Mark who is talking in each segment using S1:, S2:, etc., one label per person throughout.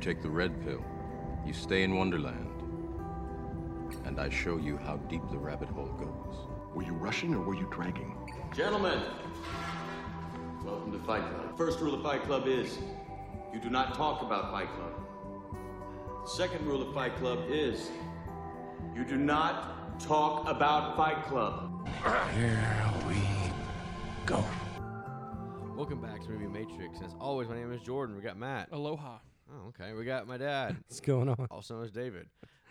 S1: take the red pill, you stay in Wonderland, and I show you how deep the rabbit hole goes.
S2: Were you rushing or were you dragging?
S3: Gentlemen, welcome to Fight Club. First rule of Fight Club is you do not talk about Fight Club. Second rule of Fight Club is you do not talk about Fight Club.
S4: Here we go.
S5: Welcome back to Movie Matrix. And as always, my name is Jordan. We got Matt.
S6: Aloha.
S5: Oh, okay. We got my dad,
S4: What's going on?
S5: also known as David.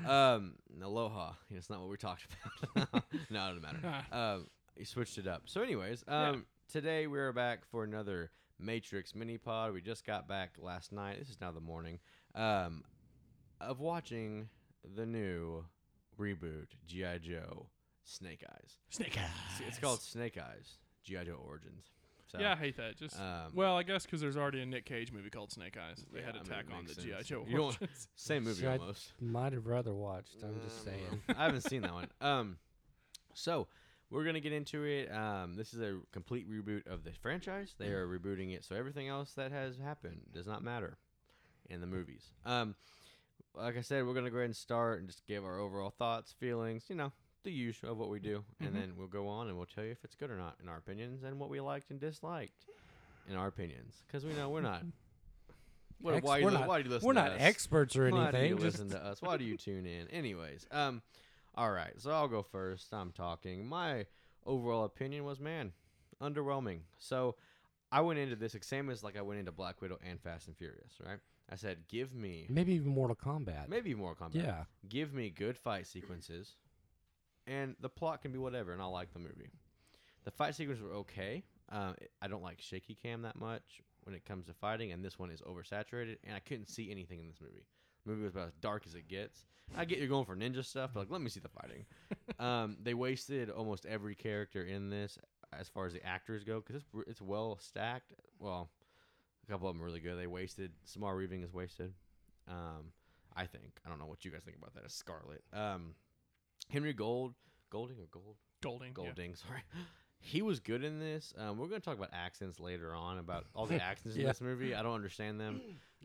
S5: Um, and aloha. That's not what we talked about. no, it doesn't matter. Um, you switched it up. So, anyways, um, today we're back for another Matrix mini pod. We just got back last night. This is now the morning um, of watching the new reboot GI Joe Snake Eyes.
S6: Snake eyes.
S5: It's called Snake Eyes GI Joe Origins. So,
S6: Yeah, I hate that. Just
S5: Um,
S6: well, I guess because there's already a Nick Cage movie called Snake Eyes. They
S5: yeah,
S6: had to
S5: I mean,
S6: tack
S5: it
S6: on the
S5: makes
S6: GI
S5: sense.
S6: Joe
S5: You don't-
S6: origins.
S5: same movie
S4: Should I-
S5: almost.
S4: Might have rather watched. I'm just
S5: Uh, well,
S4: saying.
S5: I haven't seen that one. Um, so we're gonna get into it. Um, this is a complete reboot of the franchise. They are rebooting it, so everything else that has happened does not matter in the movies. Um, like I said, we're gonna go ahead and start and just give our overall thoughts, feelings. You know, the usual of what we do, and
S4: Mm-hmm.
S5: then we'll go on and we'll tell you if it's good or not in our opinions and what we liked and disliked in our opinions, because we know we're not. What,
S4: Ex-
S5: why, are you
S4: we're
S5: li-
S4: not,
S5: why do you listen
S4: We're
S5: to
S4: not
S5: us?
S4: experts or anything.
S5: Why do you
S4: just-
S5: listen to us? Why do you tune in? Anyways, um, all right. So I'll go first. I'm talking. My overall opinion was, man, underwhelming. So I went into this same as like I went into Black Widow and Fast and Furious. Right? I said, give me
S4: Maybe even Mortal Kombat.
S5: maybe more Kombat.
S4: Yeah.
S5: Give me good fight sequences, and the plot can be whatever, and I'll like the movie. The fight sequences were okay. Um, I don't like shaky cam that much when it comes to fighting, and this one is oversaturated, and I couldn't see anything in this movie. The movie was about as dark as it gets. I get you're going for ninja stuff, but like, let me see the fighting. um, they wasted almost every character in this, as far as the actors go, because it's, it's well stacked. Well, a couple of them are really good. They wasted Samar Reaving is wasted. Um, I think I don't know what you guys think about that. Is Scarlet, um, Henry Gold, Golding or Gold,
S6: Golding. yeah.
S5: Golding? Sorry, he was good in this. Um, we're gonna talk about accents later on about all the accents in
S4: Yeah.
S5: this movie. I don't understand them.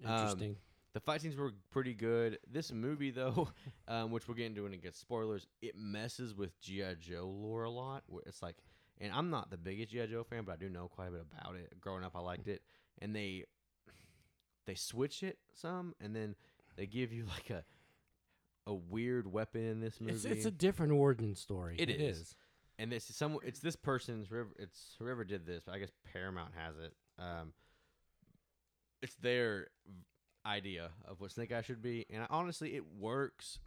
S5: Um,
S4: Interesting.
S5: the fight scenes were pretty good. This movie, though, um, which we'll get into when it gets spoilers, it messes with GI Joe lore a lot. where It's like, and I'm not the biggest GI Joe fan, but I do know quite a bit about it. Growing up, I liked it, and they they switch it some, and then they give you like a a weird weapon in this movie.
S4: It's, it's a different origin story.
S5: It is. and this is some it's this person's river it's whoever did this but i guess paramount has it um it's their idea of what snake eye should be and I, honestly it works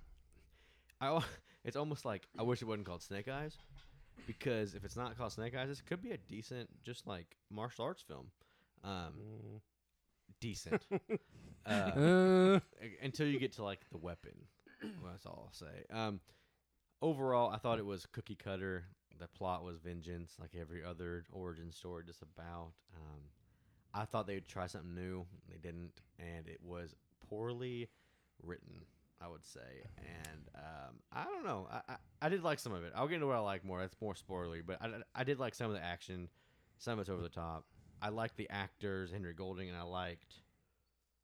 S5: i al- it's almost like i wish it wasn't called snake eyes because if it's not called snake eyes this could be a decent just like martial arts film um decent uh,
S4: Uh,
S5: u- until you get to like the weapon. Well, that's all I'll say. Um, overall, I thought it was cookie cutter. The plot was vengeance, like every other origin story, just about. Um, I thought they'd try something new. They didn't, and it was poorly written. I would say, and um, I don't know. I, I I did like some of it. I'll get into what I like more. That's more spoilery, but I, I did like some of the action. Some of it's over the top. I liked the actors, Henry Golding, and I liked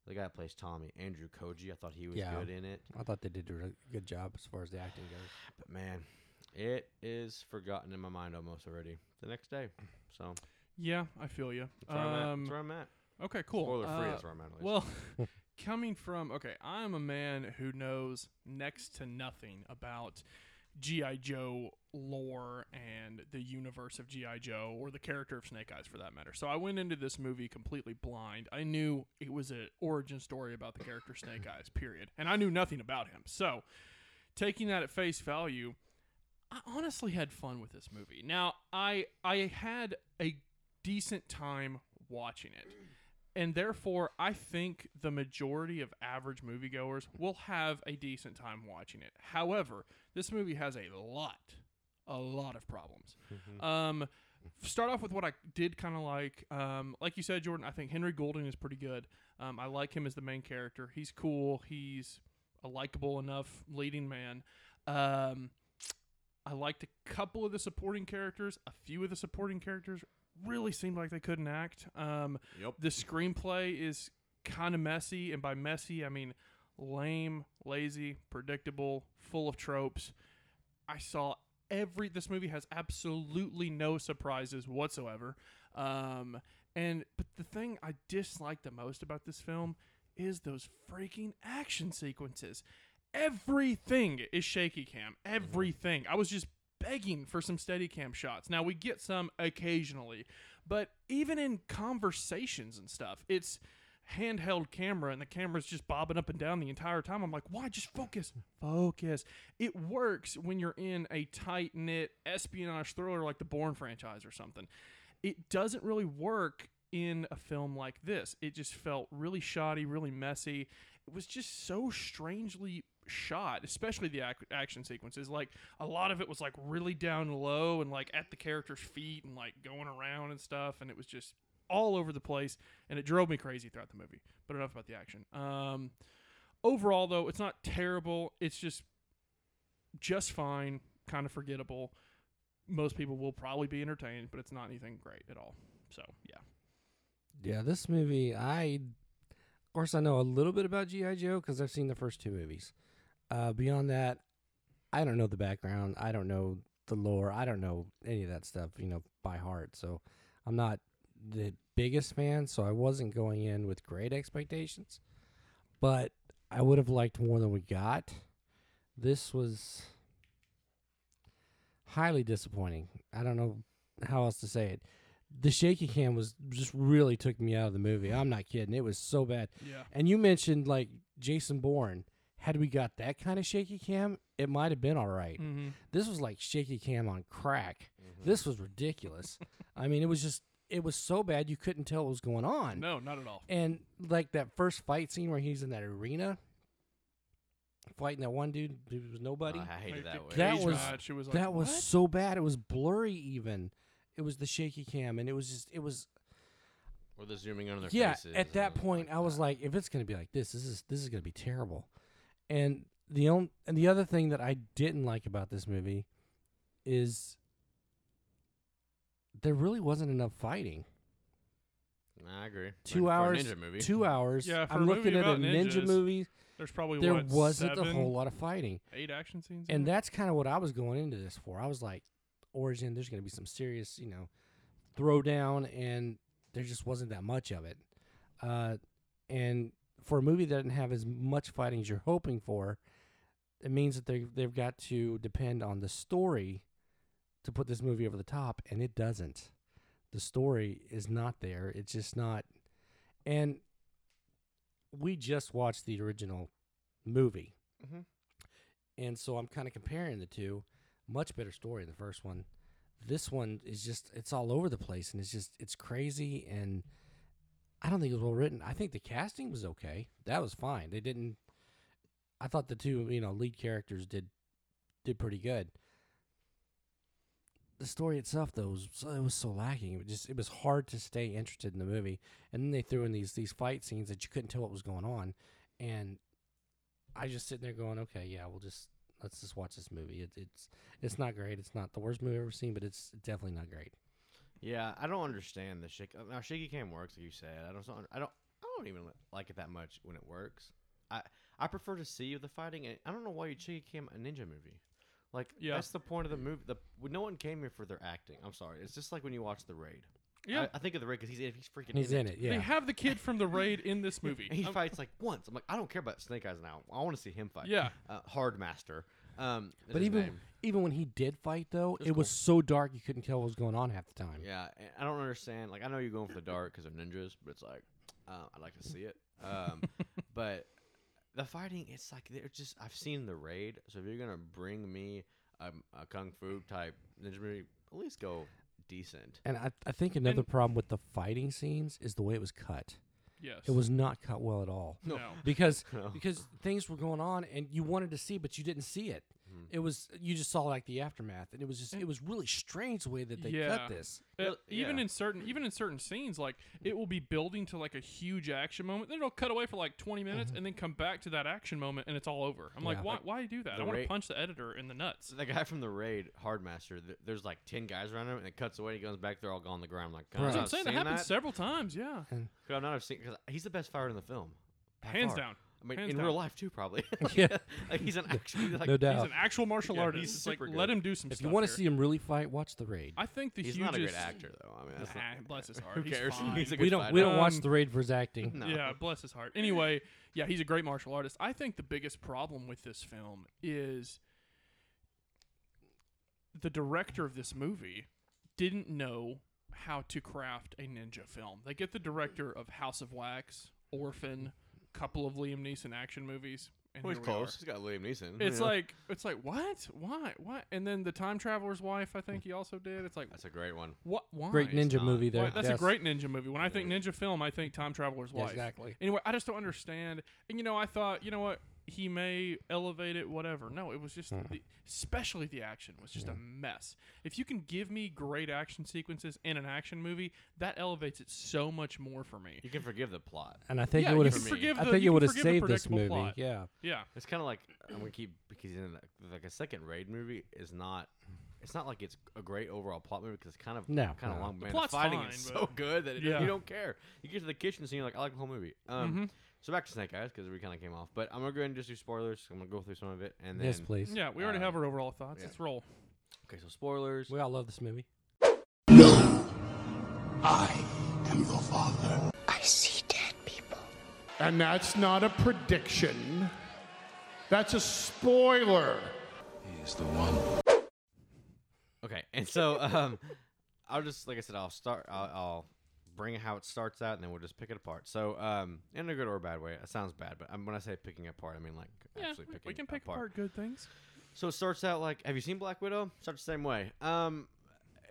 S5: the guy that plays Tommy, Andrew Koji. I thought he was
S4: Yeah.
S5: good in it.
S4: I thought they did a really good job as far as the acting goes.
S5: But man, it is forgotten in my mind almost already. The next day, so
S6: Yeah, I feel you.
S5: that's where, I'm, at.
S6: Um,
S5: that's where I'm at.
S6: okay, cool.
S5: Spoiler free.
S6: Uh,
S5: That's where I'm at. at least.
S6: Well, coming from okay, I'm a man who knows next to nothing about GI Joe lore and the universe of GI Joe or the character of Snake Eyes for that matter. So I went into this movie completely blind. I knew it was an origin story about the character Snake Eyes, period, and I knew nothing about him. So taking that at face value, I honestly had fun with this movie. Now, I I had a decent time watching it. And therefore, I think the majority of average moviegoers will have a decent time watching it. However, this movie has a lot, a lot of problems. Um, start off with what I did kind of like. Um, like you said, Jordan, I think Henry Golding is pretty good. Um, I like him as the main character. He's cool. He's a likable enough leading man. Um, I liked a couple of the supporting characters. A few of the supporting characters really seemed like they couldn't act. Um,
S5: Yep.
S6: The screenplay is kind of messy, and by messy I mean lame, lazy, predictable, full of tropes. I saw every. This movie has absolutely no surprises whatsoever. Um, and but the thing I dislike the most about this film is those freaking action sequences. Everything is shaky cam. Everything. I was just begging for some steady cam shots. Now we get some occasionally, but even in conversations and stuff, it's handheld camera and the camera's just bobbing up and down the entire time. I'm like, why? Just focus, focus. It works when you're in a tight knit espionage thriller like the Bourne franchise or something. It doesn't really work in a film like this. It just felt really shoddy, really messy. It was just so strangely shot, especially the ac- action sequences. Like a lot of it was like really down low and like at the character's feet and like going around and stuff, and it was just all over the place, and it drove me crazy throughout the movie. But enough about the action. Um, overall, though, it's not terrible. It's just just fine, kind of forgettable. Most people will probably be entertained, but it's not anything great at all. So yeah,
S4: Yeah, this movie, I, of course, I know a little bit about G.I. Joe because I've seen the first two movies. Uh, beyond that, I don't know the background. I don't know the lore. I don't know any of that stuff, you know, by heart. So I'm not the biggest fan. So I wasn't going in with great expectations. But I would have liked more than we got. This was highly disappointing. I don't know how else to say it the shaky cam was just really took me out of the movie. I'm not kidding. It was so bad.
S6: yeah.
S4: And you mentioned like Jason Bourne. Had we got that kind of shaky cam, it might have been all right.
S6: Mm-hmm.
S4: This was like shaky cam on crack. This was ridiculous. I mean, it was just it was so bad you couldn't tell what was going on.
S6: No, not at all.
S4: And like that first fight scene where he's in that arena fighting that one dude who was nobody.
S5: Oh, I hated that way.
S6: the
S4: That
S6: cage
S4: was-
S6: match, it was like,
S4: that was
S6: "What?"
S4: so bad. It was blurry even. It was the shaky cam and it was just it was
S5: Or the zooming in on their
S4: yeah
S5: faces.
S4: at
S5: and
S4: that
S5: all
S4: point i was
S5: that.
S4: like if it's going to be like this this is this is going to be terrible and the only and the other thing that i didn't like about this movie is there really wasn't enough fighting
S5: Nah, I agree.
S4: two
S5: For a
S4: hours
S5: ninja movie.
S4: two hours
S6: Yeah, for a
S4: i'm
S6: movie
S4: looking at a
S6: about
S4: ninja
S6: ninjas,
S4: movie
S6: There's probably
S4: there
S6: what,
S4: wasn't
S6: seven,
S4: a whole lot of fighting
S6: eight action scenes, in
S4: and
S6: it?
S4: that's kind of what i was going into this for i was like origin there's going to be some serious you know throwdown and there just wasn't that much of it uh, and for a movie that didn't have as much fighting as you're hoping for it means that they, they've got to depend on the story to put this movie over the top and it doesn't the story is not there it's just not and we just watched the original movie
S5: Mhm.
S4: and so i'm kind of comparing the two much better story in the first one this one is just it's all over the place and it's just it's crazy and i don't think it was well written i think the casting was okay that was fine they didn't i thought the two you know lead characters did did pretty good the story itself though was so, it was so lacking it was just it was hard to stay interested in the movie and then they threw in these these fight scenes that you couldn't tell what was going on and i just sitting there going okay yeah we'll just let's just watch this movie it, it's it's not great it's not the worst movie i've ever seen but it's definitely not great
S5: Yeah, I don't understand the shaky. Now shaky cam works, like you said. I don't. I don't. I don't even li- like it that much when it works. I I prefer to see the fighting. And I don't know why you shaky cam a ninja movie. Like
S6: Yeah.
S5: that's the point of the movie. The well, no one came here for their acting. I'm sorry. It's just like when you watch the raid.
S6: yeah.
S5: I, I think of the raid because he's he's freaking.
S4: he's in it yeah
S6: They have the kid from the raid in this movie.
S5: And he
S6: Um,
S5: fights like once. I'm like, I don't care about Snake Eyes now. I want to see him fight.
S6: Yeah.
S5: uh, Hard Master. Um, is
S4: but
S5: his
S4: even
S5: name.
S4: even when he did fight though
S5: It was
S4: it was so dark you couldn't tell what was going on half the time
S5: Yeah, and I don't understand. Like, I know you're going for the dark because of ninjas, but it's like, uh, I'd like to see it. Um, but the fighting, it's like they're just. I've seen the raid, so if you're gonna bring me um, a kung fu type ninja movie, at least go decent.
S4: and I, I think another problem with the fighting scenes is the way it was cut
S6: yes.
S4: it was not cut well at all
S6: no.
S4: because
S5: No.
S4: because things were going on and you wanted to see but you didn't see it
S5: Hmm.
S4: It was you just saw like the aftermath, and it was just it was really strange the way that they
S6: Yeah.
S4: cut this.
S6: Uh,
S5: Well,
S6: even
S5: yeah.
S6: in certain even in certain scenes like it will be building to like a huge action moment then it'll cut away for like 20 minutes
S5: Mm-hmm.
S6: and then come back to that action moment and it's all over i'm like
S4: Yeah.
S6: why, why do that i
S5: the
S6: want to
S5: rate-
S6: punch the editor in the nuts
S5: So the guy from the raid, Hardmaster, th- there's like ten guys around him, and it cuts away. and He goes back. They're all gone on the ground. I'm like, could I
S4: That's
S6: that's
S5: not
S6: what i'm
S5: have
S6: saying that
S5: seen
S6: happens several times yeah
S5: Could I not have seen? Because he's the best fighter in the film, by
S6: Hands
S5: far.
S6: down.
S5: I mean,
S6: Hands
S5: in
S6: down.
S5: real life too, probably.
S4: Yeah.
S5: like he's an actually like,
S4: No doubt.
S6: he's an actual martial
S5: Yeah,
S6: artist
S5: he's
S6: It's like
S5: super
S6: let
S5: good.
S6: him do some
S4: If
S6: stuff
S4: you want to
S6: here.
S4: see him really fight, watch the raid.
S6: i think the
S5: He's
S6: hugest
S5: not a great actor though. I mean, that's
S6: Nah,
S5: not,
S6: bless his heart
S5: who
S6: he's
S5: cares?
S6: fine.
S5: He's a good
S4: we don't
S5: fighter.
S4: we don't watch
S6: Um,
S4: the raid for his acting.
S5: No.
S6: Yeah, bless his heart. Anyway, yeah, he's a great martial artist. I think the biggest problem with this film is the director of this movie didn't know how to craft a ninja film. They get the director of House of Wax, Orphan, couple of Liam Neeson action movies. And
S5: Well, he's
S6: here we are.
S5: close. He's got Liam Neeson. you
S6: It's
S5: know.
S6: like it's like what? Why? What? And then the time traveler's wife. I think he also did. It's like
S5: Hmm. that's a great one.
S6: what? Why?
S4: Great ninja
S5: not.
S4: movie there.
S6: Well, that's
S4: Yes.
S6: a great ninja movie. When I think ninja film, I think Time Traveler's
S4: Yeah,
S6: Wife.
S4: exactly.
S6: Anyway, I just don't understand. And you know, I thought, you know what? He may elevate it, whatever. No, it was just,
S7: Hmm.
S6: the, especially the action was just a mess. If you can give me great action sequences in an action movie, that elevates it so much more for me.
S5: You can forgive the plot.
S4: And I think
S6: Yeah,
S4: it
S6: you
S4: would
S6: can
S4: have
S6: forgive
S4: I
S6: the-
S4: think
S6: you
S4: it
S6: can
S4: would have
S6: forgive the
S4: saved this
S6: predictable
S4: movie.
S6: plot.
S4: Yeah.
S6: Yeah,
S5: It's kind of like I'm gonna keep because he's in a, like a second raid movie is not. It's not like it's a great overall plot movie because it's kind of
S4: No,
S5: kind of
S4: no.
S5: long. Man, the
S6: plot's
S5: fighting
S6: fine,
S5: is
S6: but-
S5: so good that it-
S6: Yeah.
S5: you don't care. You get to the kitchen scene, you're like I like the whole movie. Um,
S6: Mm-hmm.
S5: So back to Snake Eyes because we kind of came off, but I'm gonna go ahead and just do spoilers. I'm gonna go through some of it and then
S4: Yes, please.
S6: yeah. We already
S5: Uh,
S6: have our overall thoughts. Let's roll.
S5: Okay, so spoilers.
S4: We all love this movie.
S2: No. I am your father.
S8: I see dead people.
S7: And that's not a prediction. That's a spoiler.
S2: He's the one.
S5: Okay, and so um, I'll just like I said, I'll start. I'll, I'll bring how it starts out, and then we'll just pick it apart. So um, in a good or a bad way, it sounds bad, but um, when I say picking apart, I mean like
S6: Yeah,
S5: actually
S6: we,
S5: picking
S6: we can pick
S5: apart.
S6: apart good things.
S5: So it starts out like, have you seen Black Widow? Starts the same way. Um,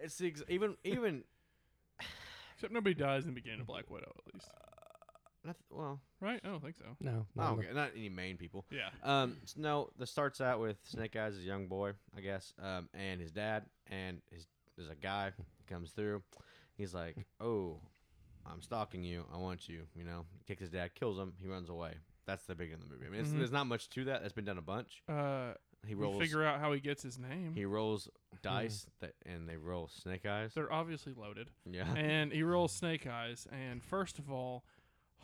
S5: it's the ex- even even
S6: Except nobody dies in the beginning of Black Widow, at least.
S7: Uh,
S5: not, well,
S6: Right? I don't think so.
S4: No.
S6: Oh,
S4: not
S5: not,
S4: on the-
S5: okay, not any main people.
S6: Yeah.
S5: Um, s- no, that starts out with Snake Eyes, is a young boy, I guess, um, and his dad, and his there's a guy comes through. He's like, "Oh, I'm stalking you. I want you." You know, he takes his dad, kills him. He runs away. That's the beginning of the movie. I mean, it's,
S4: Mm-hmm.
S5: there's not much to that. That's been done a bunch.
S6: Uh,
S5: He
S6: we
S5: rolls.
S6: figure out how he gets his name.
S5: he rolls
S4: Mm-hmm.
S5: dice that, and they roll Snake Eyes.
S6: They're obviously loaded.
S5: yeah.
S6: and he rolls Snake Eyes. And first of all,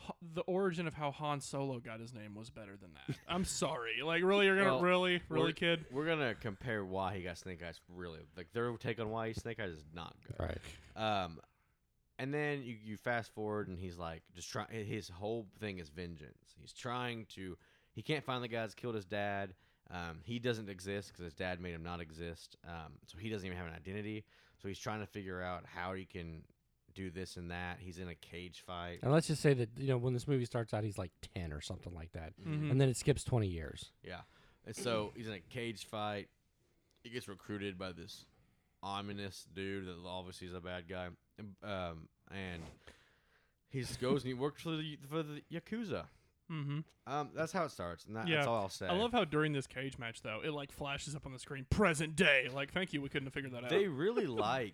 S6: H- the origin of how Han Solo got his name was better than that. I'm sorry. Like, really, you're gonna
S5: Well,
S6: really, really,
S5: we're-
S6: kid?
S5: We're gonna compare why he got Snake Eyes. Really, like their take on why he Snake Eyes is not good.
S4: Right.
S5: Um, and then you, you fast forward, and he's like, just try. His whole thing is vengeance. He's trying to. He can't find the guy that's killed his dad. Um, he doesn't exist because his dad made him not exist. Um, so he doesn't even have an identity. So he's trying to figure out how he can do this and that. He's in a cage fight.
S4: And let's just say that you know when this movie starts out, he's like ten or something like that,
S6: Mm-hmm.
S4: and then it skips twenty years.
S5: Yeah. And so he's in a cage fight. He gets recruited by this ominous dude that obviously is a bad guy. And, Um, and he just goes and he works for the for the yakuza.
S6: Mm-hmm.
S5: Um, that's how it starts, and that,
S6: Yeah.
S5: that's all I'll say.
S6: I love how during this cage match though, it like flashes up on the screen, present day. Like, thank you, we couldn't have figured that out.
S5: they really like.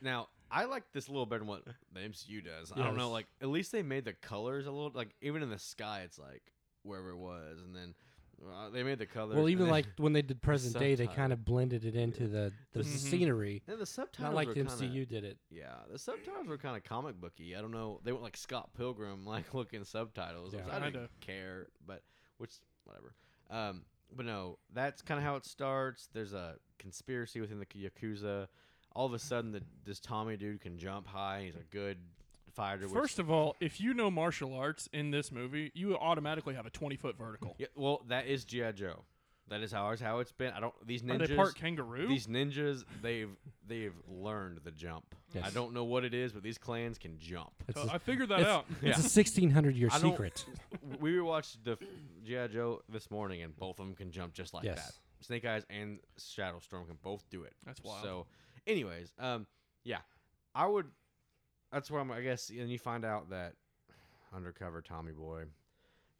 S5: Now I like this a little better than what the MCU does. I don't know,
S4: Yes.
S5: like at least they made the colors a little like even in the sky, it's like wherever it was, and then uh, they made the colors.
S4: well,
S5: and
S4: even
S5: then-
S4: like when they did present day, they
S5: subtitle.
S4: kind of blended it into the the
S6: Mm-hmm.
S5: Mhm.
S4: scenery,
S5: and the subtitles
S4: not like
S5: were
S4: the
S5: kinda-
S4: MCU did it.
S5: Yeah, the subtitles were kind of comic booky. I don't know. They were like Scott Pilgrim like looking subtitles.
S4: Yeah.
S5: which I
S6: Kinda.
S5: didn't care, but which whatever. Um, but no, that's kind of how it starts. There's a conspiracy within the yakuza. All of a sudden, the, this Tommy dude can jump high. He's a good fighter. which-
S6: First of all, if you know martial arts in this movie, you automatically have a 20 foot vertical.
S5: yeah, well, that is GI Joe. That is how how it's been. I don't these
S6: Are
S5: ninjas.
S6: they part kangaroo?
S5: These ninjas, they've they've learned the jump. I
S4: Yes.
S5: don't know what it is, but these clans can jump.
S4: It's
S6: Uh,
S4: a-
S6: I figured that
S4: it's,
S6: out.
S4: It's a sixteen hundred year
S5: I don't-
S4: secret.
S5: we rewatched the GI Joe this morning, and both of them can jump just like that.
S4: Yes.
S5: Snake Eyes and Shadow Storm can both do it.
S6: That's wild.
S5: So, anyways, um, yeah, I would. That's where I'm. I guess, and you find out that undercover Tommy Boy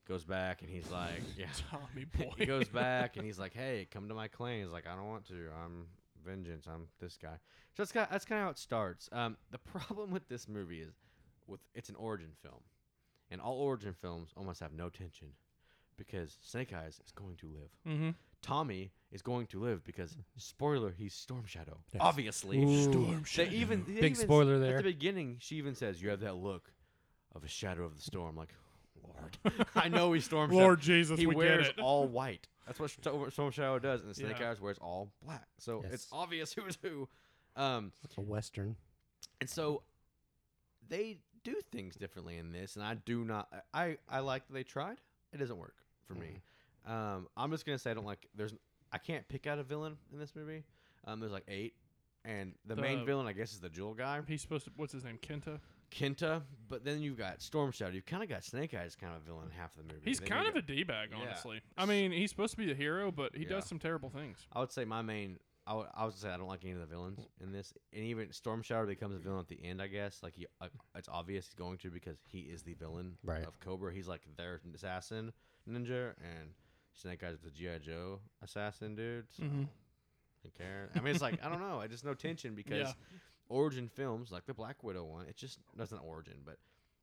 S5: goes back and he's like, yeah.
S6: Tommy Oh, boy.
S5: he goes back and he's like, "Hey, come to my clan." He's like, "I don't want to. I'm vengeance. I'm this guy." So that's kind that's kind of how it starts. Um, the problem with this movie is, with it's an origin film, and all origin films almost have no tension, because Snake Eyes is going to live.
S6: Mm-hmm.
S5: Tommy is going to live because spoiler, he's Storm Shadow. Obviously,
S4: Storm
S5: Shadow. They even they
S4: Big
S5: even s-
S4: spoiler
S5: At
S4: there.
S5: the beginning, she even says, "You have that look of a shadow of the storm." Like, Lord, I know he's Storm Shadow.
S6: Lord Jesus,
S5: he
S6: we get
S5: wears
S6: it.
S5: all white. That's what Sto- Storm Shadow does, and the Snake
S6: Yeah.
S5: Eyes wears all black. So it's
S4: Yes.
S5: obvious who's who. Um,
S4: a western.
S5: and so they do things differently in this, and I do not. I I like that they tried. It doesn't work for me. Um, I'm just gonna say I don't like. There's I can't pick out a villain in this movie. Um, there's like eight, and the, main
S6: The-
S5: villain I guess is the jewel guy,
S6: He's supposed to. What's his name? Kenta.
S5: Kenta. But then you've got Storm Shadow. You've kind of got Snake Eyes kind of villain in half of the movie.
S6: He's
S5: Then
S6: kind
S5: you
S6: of
S5: got-
S6: a d bag,
S5: Yeah.
S6: honestly. I mean, he's supposed to be the hero, but he
S5: Yeah.
S6: does some terrible things.
S5: I would say my main. I would, I would say I don't like any of the villains in this, and even Storm Shadow becomes a villain at the end. I guess like he, uh, it's obvious he's going to because he is the villain
S4: Right.
S5: of Cobra. He's like their assassin ninja, and Snake Eyes is the GI Joe assassin dude. So
S6: Mm-hmm.
S5: I don't care. I mean, it's like I don't know. I just no tension because
S6: Yeah.
S5: origin films like the Black Widow one, it just that's not origin, but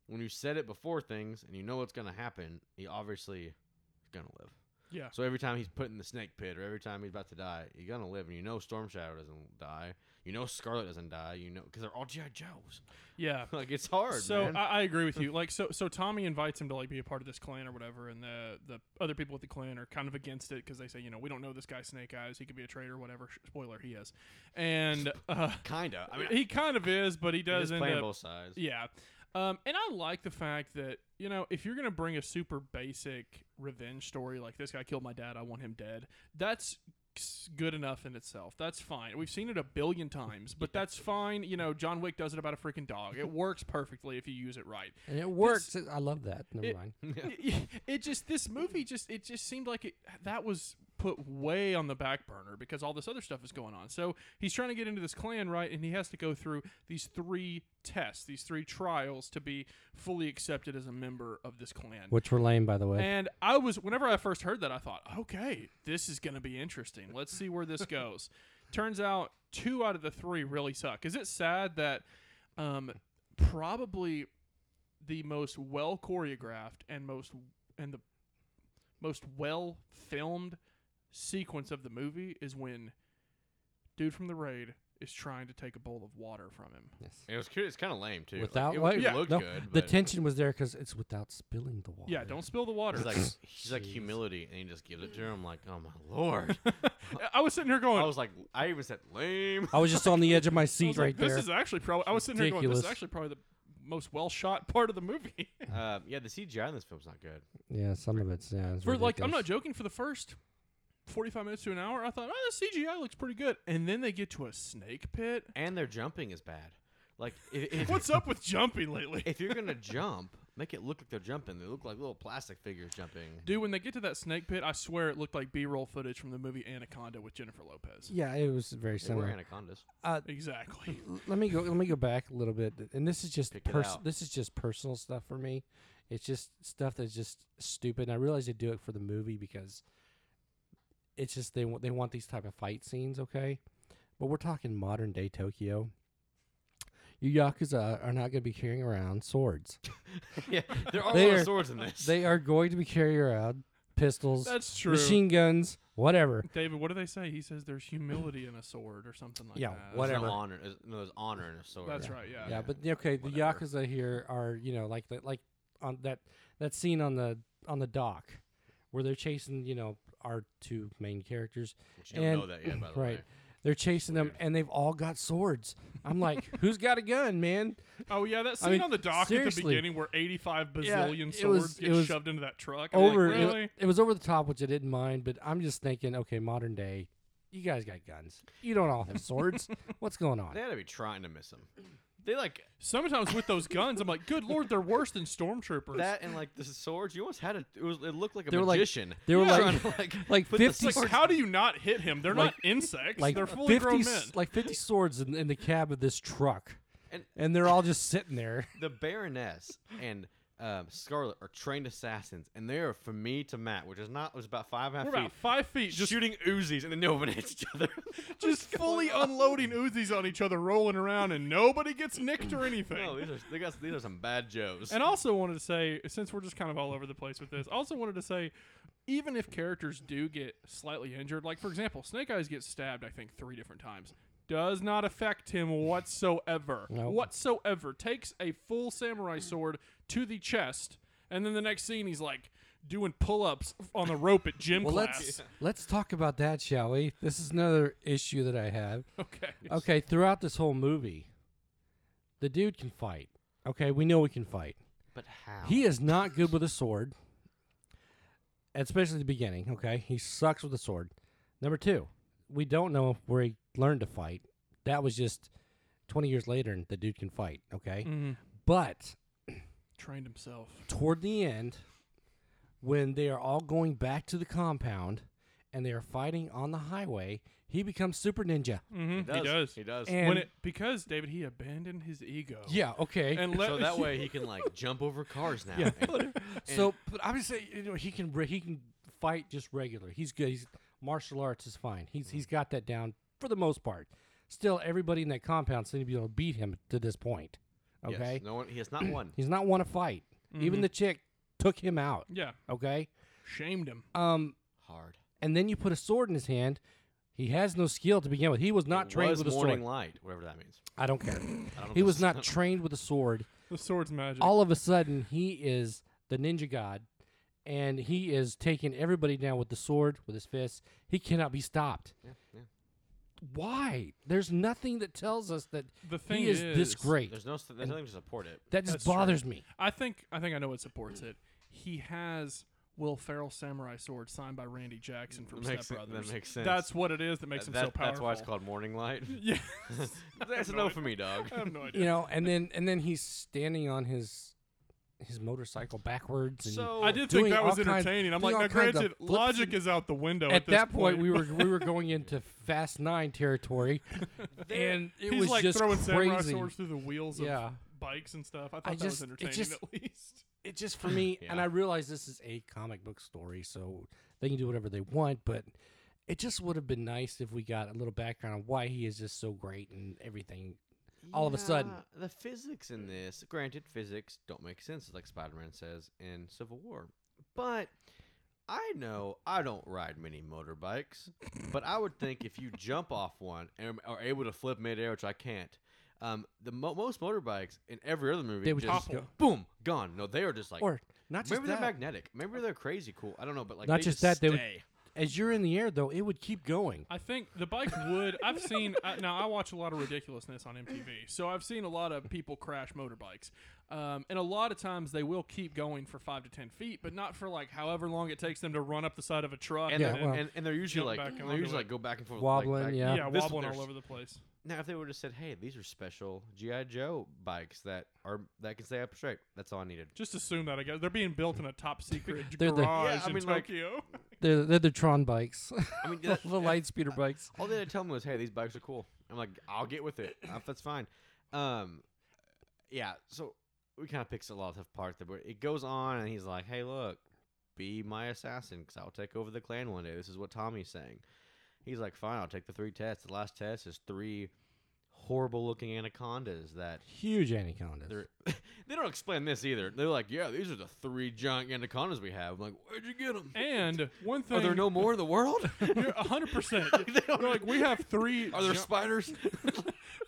S5: when you set it before things and you know what's gonna happen, he obviously is gonna live.
S6: Yeah.
S5: So every time he's put in the snake pit, or every time he's about to die, you're gonna live, and you know Storm Shadow doesn't die, you know Scarlet doesn't die, you know because they're all GI Joes.
S6: Yeah.
S5: like it's hard.
S6: So uh,
S5: man.
S6: I, I agree with you. Like so, so Tommy invites him to like be a part of this clan or whatever, and the the other people with the clan are kind of against it because they say, you know, we don't know this guy Snake Eyes. He could be a traitor, whatever. Sh- Spoiler, he is, and uh,
S5: kinda. I mean,
S6: he kind of is, but he
S5: you're
S6: does
S5: just
S6: end
S5: playing
S6: up.
S5: both sides.
S6: Yeah. Um, and I like the fact that, you know, if you're going to bring a super basic revenge story like this guy killed my dad, I want him dead, that's s- good enough in itself. That's fine. We've seen it a billion times, but that's fine. You know, John Wick does it about a freaking dog. It works perfectly if you use it right.
S4: And it works. I love that. Never
S6: it-
S4: mind.
S6: it, it just this movie just it just seemed like it that was put way on the back burner because all this other stuff is going on. So he's trying to get into this clan, right? And he has to go through these three tests, these three trials to be fully accepted as a member of this clan.
S4: Which were lame, by the way.
S6: And I was, whenever I first heard that, I thought, okay, this is going to be interesting. Let's see where this goes. Turns out two out of the three really suck. Is it sad that um, probably the most well choreographed and most and the most well filmed sequence of the movie is when dude from the raid is trying to take a bowl of water from him.
S5: It was cute. It's kind of lame too. Like,
S4: without
S5: it,
S4: what?
S5: it
S6: Yeah.
S5: looked
S4: No,
S5: good.
S4: the
S5: but-
S4: tension was there because it's without spilling the water.
S6: Yeah, don't spill the water.
S5: He's like, he's like humility, and he just gives it to him. Like, oh my lord!
S6: I was sitting here going,
S5: I was like, I even said lame.
S4: I was just on the edge of my
S6: I
S4: seat
S6: was
S4: right
S6: like,
S4: there.
S6: this is actually probably. I was sitting here going, "This is
S4: ridiculous.
S6: actually probably the most well shot part of the movie."
S5: Uh, yeah, the CGI in this film's not good.
S4: yeah, some of it's yeah. It's
S6: for like, I'm
S4: ridiculous.
S6: not joking. For the first forty five minutes to an hour, I thought, "Oh, this CGI looks pretty good," and then they get to a snake pit.
S5: and their jumping is bad. Like if if,
S6: What's up with jumping lately?
S5: if you're gonna jump, make it look like they're jumping. They look like little plastic figures jumping.
S6: Dude, when they get to that snake pit, I swear it looked like B-roll footage from the movie Anaconda with Jennifer Lopez.
S4: Yeah, it was very
S5: They were
S4: similar.
S5: anacondas.
S6: Exactly.
S4: L- let me go. Let me go back a little bit, and this is just
S5: Pick it
S4: pers-
S5: out.
S4: this is just personal stuff for me. It's just stuff that's just stupid. And I realize they do it for the movie because it's just they want they want these type of fight scenes, okay? But we're talking modern day Tokyo. You yakuza are not going to be carrying around swords.
S5: yeah, there are
S4: They
S5: little
S4: are-
S5: swords in this.
S4: they are going to be carrying around pistols,
S6: That's true.
S4: machine guns, whatever.
S6: David, what do they say? He says there's humility in a sword or something like
S4: Yeah,
S6: that.
S5: There's
S4: whatever.
S5: No honor. There's, no, there's honor in a sword.
S6: That's right. Yeah.
S4: Yeah, but the- okay, the
S5: whatever.
S4: yakuza here are you know like the, like on that that scene on the on the dock where they're chasing you know our two main characters.
S5: Which you don't know that yet, by the
S4: right?
S5: way.
S4: They're chasing them and they've all got swords. I'm like, who's got a gun, man?
S6: Oh yeah, that scene
S4: I mean,
S6: on the dock at the
S4: seriously.
S6: beginning where 85 bazillion
S4: it was-
S6: swords
S4: it
S6: get
S4: was
S6: shoved into that truck. I'm like,
S4: Over it-
S6: really?
S4: it, was over the top, which I didn't mind, but I'm just thinking, okay, modern day, you guys got guns. You don't all have swords. What's going on?
S5: They had to be trying to miss them. They like
S6: Sometimes with those guns, I'm like, good lord, they're worse than stormtroopers.
S5: that and like the swords. You almost had a. It was. It looked like a
S4: They were like-
S5: magician.
S4: they were like-
S5: trying to, like
S4: like
S5: put the
S4: 50
S6: it's like,
S5: swords-
S6: how do you not hit him? They're
S4: Like-
S6: not insects.
S4: Like
S6: they're fully
S4: 50,
S6: grown men.
S4: s- like 50 swords in, in the cab of this truck.
S5: And-
S4: and they're all just sitting there.
S5: the Baroness and um, Scarlet are trained assassins, and they are from me to Matt, which is not was about five and a half
S6: We're
S5: feet.
S6: about five feet, just
S5: shooting Uzis and then nobody hits each other.
S6: just fully unloading Uzis on each other, rolling around, and nobody gets nicked or anything.
S5: no, these are they got these are some bad Joes.
S6: And also wanted to say, since we're just kind of all over the place with this, also wanted to say, even if characters do get slightly injured, like for example, Snake Eyes gets stabbed, I think three different times. Does not affect him whatsoever.
S4: Nope.
S6: Whatsoever. Takes a full samurai sword to the chest, and then the next scene he's like doing pull-ups on the rope at gym
S4: Well,
S6: class.
S4: let's let's talk about that, shall we? This is another issue that I have.
S6: Okay.
S4: Okay, throughout this whole movie, the dude can fight. Okay, we know he can fight.
S5: but how?
S4: He is not good with a sword, especially at the beginning. Okay, he sucks with a sword. Number two, we don't know where he learned to fight. That was just twenty years later, and the dude can fight. Okay,
S5: Mm-hmm.
S4: but
S6: Trained himself.
S4: toward the end, when they are all going back to the compound and they are fighting on the highway, he becomes super ninja.
S5: Mm.
S6: Mm-hmm. He does.
S5: He does.
S4: And
S6: When it, because David, he abandoned his ego.
S4: yeah, okay.
S6: And let,
S5: so that way he can like jump over cars now. And-
S4: so, but I would say you know he can re- he can fight just regular. He's good. He's martial arts is fine. He's he's got that down for the most part. Still, everybody in that compound seems to be able to beat him to this point.
S5: yes, Mm-hmm.
S4: Okay,
S5: no one. He has not won.
S4: he's not want to fight. Even the chick took him out.
S6: Yeah.
S4: Okay,
S6: Shamed him.
S4: um,
S5: Hard.
S4: and then you put a sword in his hand. He has no skill to begin with. He was not
S5: It
S4: trained
S5: was
S4: with a
S5: morning
S4: sword.
S5: light, whatever that means.
S4: I don't care.
S5: I don't know
S4: he
S5: if
S4: was
S5: that's-
S4: not trained with a sword.
S6: The sword's magic.
S4: All of a sudden, he is the ninja god, and he is taking everybody down with the sword, with his fists. He cannot be stopped. Why? There's nothing that tells us that
S6: The thing
S4: he is, this
S6: is,
S4: great.
S5: There's no. There's nothing to support it.
S4: That
S6: That's
S4: just
S6: true.
S4: bothers me.
S6: I think I think I know what supports it. He has Will Ferrell's samurai sword signed by Randy Jackson from
S5: That makes
S6: Step
S5: sen- that
S6: Brothers.
S5: makes sense.
S6: That's what it is that makes
S5: That-
S6: him so
S5: that- that's
S6: powerful.
S5: why it's called morning light.
S6: Yeah,
S5: that's a no for me, dog.
S6: I have no idea.
S4: You know, and then and then he's standing on his his motorcycle backwards. And
S5: So
S6: I did
S4: doing
S6: think that was
S4: all kinds-
S6: entertaining. I'm
S4: doing
S6: like, now
S4: all kinds of
S6: granted,
S4: flips
S6: logic
S4: and-
S6: is out the window. At,
S4: at
S6: this
S4: that point, we were we were going into Fast Nine territory, and it
S6: he's
S4: was
S6: like
S4: just
S6: throwing samurai
S4: crazy.
S6: swords through the wheels
S4: Yeah.
S6: of bikes and stuff. I thought
S4: I
S6: that was
S4: just- it
S6: entertaining
S4: just-
S6: at least.
S4: it just for me, and I realize this is a comic book story, so they can do whatever they want, but it just would have been nice if we got a little background on why he is just so great and everything. all of a sudden.
S5: Yeah, the physics in this, granted, physics don't make sense, like Spider-Man says in Civil War, but I know I don't ride many motorbikes, but I would think if you jump off one and are able to flip midair, which I can't. Um, the mo- most motorbikes in every other movie
S4: They would
S5: just
S4: just go-
S5: boom gone. No, they are just like
S4: Or not just
S5: maybe
S4: that.
S5: they're magnetic. Maybe they're crazy cool. I don't know, but like
S4: Not
S5: they just,
S4: just that, they would-
S5: stay.
S4: As you're in the air, though, it would keep going.
S6: I think the bike would. I've seen uh, now. I watch a lot of ridiculousness on MTV, so I've seen a lot of people crash motorbikes, um, and a lot of times they will keep going for five to ten feet, but not for like however long it takes them to run up the side of a truck.
S5: and,
S4: Yeah,
S5: they're,
S4: well-
S5: and, and they're usually
S6: Jump
S5: like
S6: back
S5: they're
S6: onto
S5: usually
S6: it.
S5: like go back and forth, like,
S4: Wobbling,
S5: back-
S4: yeah.
S6: yeah,
S5: This-
S6: wobbling
S5: there's-
S6: all over the place.
S5: Now, if they would have said, "Hey, these are special GI Joe bikes that are that can stay up straight," that's all I needed.
S6: Just assume that I guess they're being built in a top secret
S4: They're
S6: garage
S4: the-
S5: Yeah, I
S6: in
S5: mean, like-
S6: Tokyo.
S4: They're, they're the Tron bikes,
S5: I mean,
S4: the
S5: that-
S4: light speeder bikes.
S5: all they had to tell me was, "Hey, these bikes are cool." I'm like, "I'll get with it. Uh, that's fine." Um, yeah. So we kind of picks a lot of tough parts there, but it goes on, and he's like, "Hey, look, be my assassin, because I'll take over the clan one day." This is what Tommy's saying. He's like, "Fine, I'll take the three tests." The last test is three horrible-looking anacondas that
S4: Huge anacondas.
S5: They're, they don't explain this either. They're like, yeah, these are the three giant anacondas we have. I'm like, where'd you get them?
S6: And one thing,
S5: Are there no more in the world?
S6: You're 100. percent They're like, we have three.
S5: are there
S6: gi-
S5: spiders?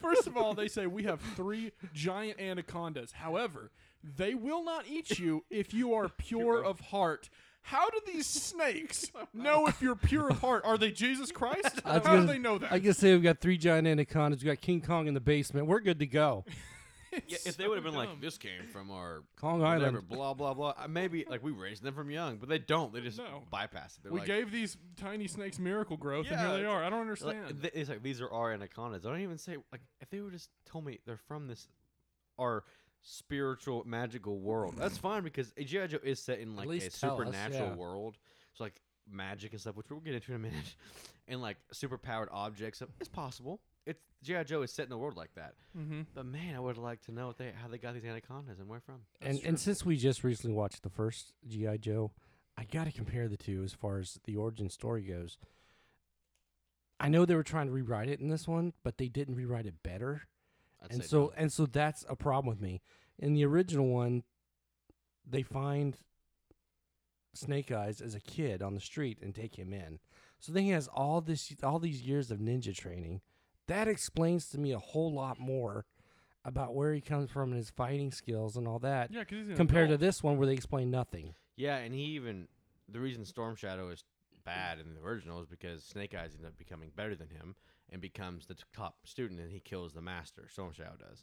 S6: First of all, they say we have three giant anacondas. However, they will not eat you if you are pure of heart. How do these snakes know if you're pure of heart? Are they Jesus Christ?
S4: I
S6: How
S4: was gonna-
S6: do they know that?
S4: I guess say we've got three giant anacondas. We've got King Kong in the basement. We're good to go.
S5: yeah, if they would have been like, this came from our
S4: Kong
S5: whatever,
S4: Island.
S5: blah blah blah. Uh, Maybe like we raised them from young, but they don't. They just
S6: No.
S5: bypass it. They're
S6: we
S5: like,
S6: gave these tiny snakes miracle growth,
S5: Yeah,
S6: and here they
S5: it's-
S6: are. I don't
S5: like,
S6: understand.
S5: th- it's like these are our anacondas. I don't even say like if they would just told me they're from this our spiritual magical world. That's fine because uh, GI Joe is set in like a
S4: least tell us,
S5: supernatural
S4: yeah.
S5: world, so like magic and stuff, which we'll get into in a minute, and like superpowered objects. uh, It's possible. it's GI Joe is set in a world like that.
S4: Mm-hmm.
S5: But man, I would like to know what they, how they got these anacondas and where from.
S4: and and since we just recently watched the first GI Joe, I got to compare the two as far as the origin story goes. I know they were trying to rewrite it in this one, but they didn't rewrite it better,
S5: I'd
S4: and
S5: say
S4: so
S5: no.
S4: and so that's a problem with me. In the original one, they find Snake Eyes as a kid on the street and take him in. So then he has all this all these years of ninja training. That explains to me a whole lot more about where he comes from and his fighting skills and all that
S6: Yeah, 'cause he's an
S4: compared
S6: adult.
S4: to this one where they explain nothing.
S5: yeah, and he even the reason Storm Shadow is bad in the original is because Snake Eyes ends up becoming better than him and becomes the t- top student, and he kills the master. Storm Shadow does.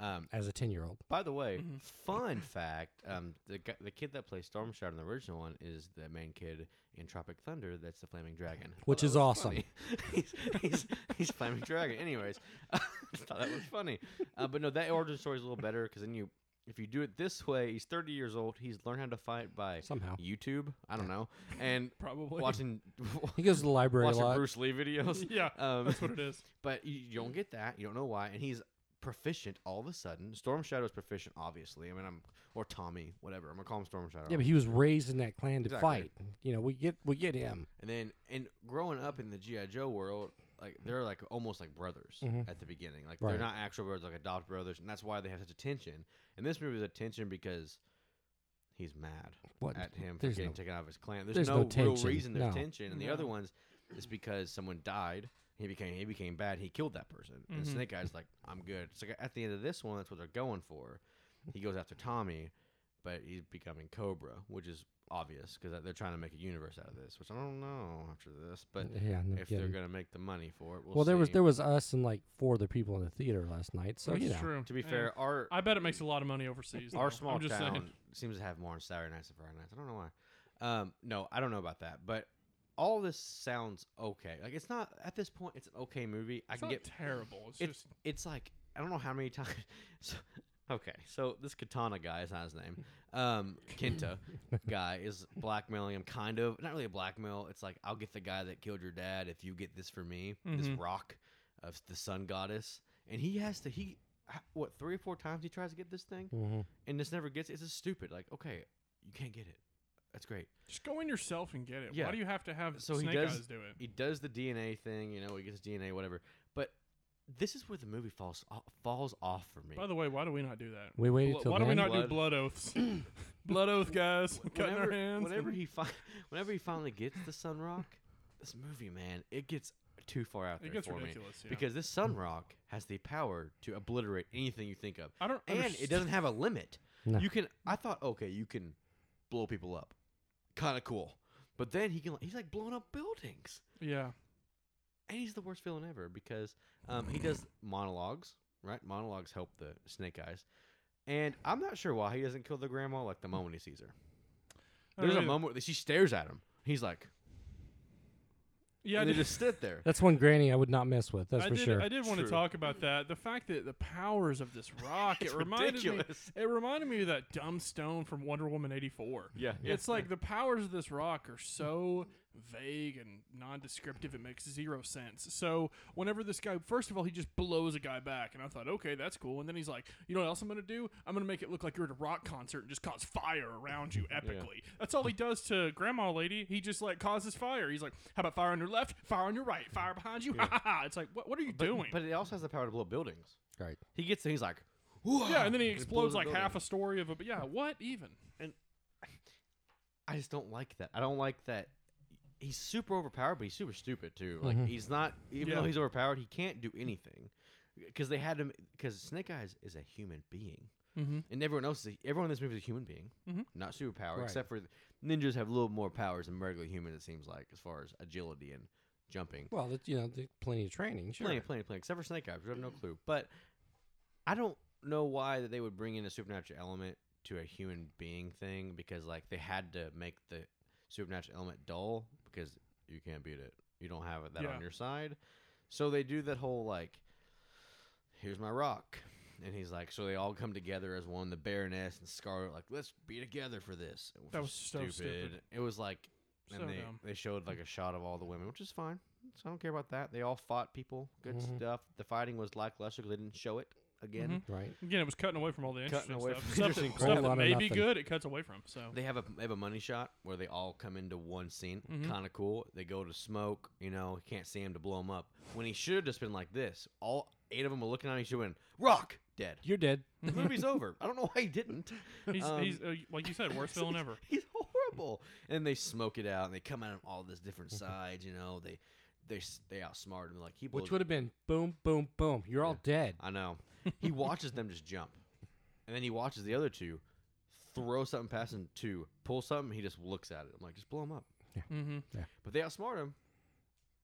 S5: Um,
S4: as a 10 year old.
S5: By the way, fun fact: um, the gu the kid that plays Storm Shadow in the original one is the main kid in Tropic Thunder. That's the Flaming Dragon, I thought
S4: Which
S5: that
S4: is
S5: was
S4: awesome.
S5: funny. he's, he's, he's Flaming Dragon. Anyways, I thought that was funny. Uh, but no, that origin story is a little better because then you, if you do it this way, he's 30 years old. He's learned how to fight by
S4: Somehow.
S5: YouTube. I don't know, and
S6: Probably.
S5: watching
S4: He goes to the library a
S5: watching
S4: lot.
S5: Bruce Lee videos.
S6: Yeah,
S5: um,
S6: that's what it is.
S5: but you, you don't get that. You don't know why. And he's proficient all of a sudden. Storm Shadow's proficient, obviously. I mean, I'm or Tommy, whatever. I'm gonna call him Storm Shadow.
S4: Yeah, but he was raised in that clan to
S5: Exactly.
S4: fight. You know, we get we get him.
S5: and then and growing up in the GI Joe world, like they're like almost like brothers at the beginning. Like
S4: Right.
S5: they're not actual brothers, like adopted brothers, and that's why they have such a tension. And this movie is a tension because. He's mad
S4: What?
S5: at him for
S4: There's
S5: getting
S4: no-
S5: taken out of his clan. There's,
S4: there's no
S5: no, real
S4: tension.
S5: reason there's
S4: No.
S5: tension, and the other ones is because someone died. He became he became bad. He killed that person. And
S6: Mm-hmm.
S5: Snake Eyes like I'm good. So at the end of this one, that's what they're going for. He goes after Tommy, but he's becoming Cobra, which is obvious because they're trying to make a universe out of this. Which I don't know after this, but
S4: Yeah, no
S5: if they're
S4: kidding.
S5: gonna make the money for it, we'll,
S4: Well, there was
S5: see.
S4: there was us and like four other people in the theater last night. So
S6: That's
S4: you know,
S6: true.
S5: To be
S6: Yeah.
S5: fair, our
S6: I bet it makes a lot of money overseas. though.
S5: our small
S6: I'm just
S5: town
S6: saying.
S5: seems to have more on Saturday nights and Friday nights. I don't know why. Um, no, I don't know about that, but all this sounds okay. Like it's not at this point. It's an okay movie. I
S6: It's
S5: can
S6: not
S5: get
S6: terrible. It's,
S5: it's
S6: just
S5: it's like I don't know how many times. So, okay, so this Katana guy is not his name. Um, Kenta guy is blackmailing him, kind of. Not really a blackmail. It's like I'll get the guy that killed your dad if you get this for me. This
S6: Mm-hmm.
S5: rock of the sun goddess, and he has to he. h- What three or four times he tries to get this thing,
S6: Mm-hmm.
S5: and this never gets. It's just stupid. Like, okay, you can't get it. That's great.
S6: just go in yourself and get it.
S5: Yeah.
S6: Why do you have to have
S5: So
S6: snake
S5: he does
S6: eyes do it?
S5: He does the DNA thing. You know, he gets DNA, whatever. But this is where the movie falls o- falls off for me.
S6: By the way, why do we not do that?
S4: we waited
S6: Wh-
S4: till
S6: why do we
S4: then.
S6: not do
S5: Blood.
S6: blood oaths? blood oath, guys. Cutting
S5: whenever,
S6: our hands.
S5: whenever he fi- whenever he finally gets the sun rock, this movie, man, it gets too far out
S6: It
S5: there
S6: gets
S5: for me
S6: ridiculous, yeah.
S5: because this sun rock has the power to obliterate anything you think of.
S6: I don't
S5: and it
S6: underst-
S5: doesn't have a limit.
S4: No.
S5: You can. I thought, okay, you can blow people up, kind of cool. But then he can. He's like blowing up buildings,
S6: yeah.
S5: and he's the worst villain ever because um, he does monologues. Right, monologues help the snake eyes. And I'm not sure why he doesn't kill the grandma like the moment he sees her.
S6: I don't
S5: There's a
S6: know.
S5: moment where she stares at him. He's like,
S6: Yeah, I
S5: and they
S6: did,
S5: just sit there.
S4: That's one Granny I would not mess with. That's
S6: I
S4: for
S6: did,
S4: sure.
S6: I did want to
S5: True.
S6: talk about that. The fact that the powers of this rock it
S5: It's
S6: reminded
S5: ridiculous.
S6: me it reminded me of that dumb stone from Wonder Woman 84.
S5: Yeah, yeah.
S6: It's like the powers of this rock are so vague and non-descriptive it makes zero sense. So whenever this guy first of all he just blows a guy back and I thought, "Okay, that's cool." And then he's like, "You know what else I'm going to do? I'm going to make it look like you're at a rock concert and just cause fire around you epically." That's all he does to grandma lady. He just like causes fire. He's like, "How about fire on your left? Fire on your right? Fire behind you?" Ha ha ha. It's like, "What what are you
S5: but,
S6: doing?"
S5: But it also has the power to blow buildings.
S4: Right.
S5: He gets there. He's like,
S6: Yeah, and then he
S5: It blows
S6: explodes
S5: a
S6: like half a
S5: building.
S6: story of a. Yeah, what even?
S5: I just don't like that. I don't like that. He's super overpowered, but he's super stupid too. Like he's not. Even
S6: Yeah.
S5: though he's overpowered, he can't do anything. Because they had him. Because Snake Eyes is a human being, mm-hmm. and everyone else, is a, everyone in this movie is a human being, mm-hmm. not superpower.
S4: Right.
S5: Except for th- ninjas have a little more powers than regular humans. It seems like as far as agility and jumping.
S4: Well, that, you know, th- plenty of training. Sure.
S5: Plenty, plenty, plenty. Except for Snake Eyes, we have no clue. But I don't know why that they would bring in a supernatural element to a human being thing because like they had to make the supernatural element dull because you can't beat it. You don't have that
S6: Yeah.
S5: on your side. So they do that whole like, here's my rock. And he's like, so they all come together as one. The Baroness and Scarlet, like, let's be together for this. It
S6: That was so stupid.
S5: It was like, and
S6: So
S5: they
S6: dumb.
S5: they showed like a shot of all the women, which is fine. so I don't care about that. They all fought people. Good
S6: Mm-hmm.
S5: stuff. The fighting was lackluster because they didn't show it again.
S4: Right.
S6: Again, it was cutting away from all the
S5: Cutting
S6: interesting
S5: away
S6: stuff.
S5: from
S6: stuff
S5: interesting
S6: that,
S5: crap.
S6: stuff
S4: Whole
S6: that
S4: lot of
S6: may be
S4: nothing.
S6: good, it cuts away from. So
S5: They have a they have a money shot where they all come into one scene.
S6: Mm-hmm.
S5: Kind of cool. They go to smoke. You know, you can't see him to blow him up. When he should have just been like this. All eight of them were looking at each other and rock dead.
S4: You're dead.
S5: The movie's over. I don't know why he didn't.
S6: he's,
S5: Um,
S6: he's uh, like you said, worst villain ever.
S5: He's horrible. And they smoke it out, and they come at him all this different
S6: Mm-hmm.
S5: sides. You know, they they s- they outsmart him. Like he blows
S4: Which would have been boom, boom, boom. You're all dead.
S5: I know. He watches them just jump, and then he watches the other two throw something past him to pull something. He just looks at it. I'm like, just blow him up.
S6: Mm-hmm.
S5: But they outsmart him.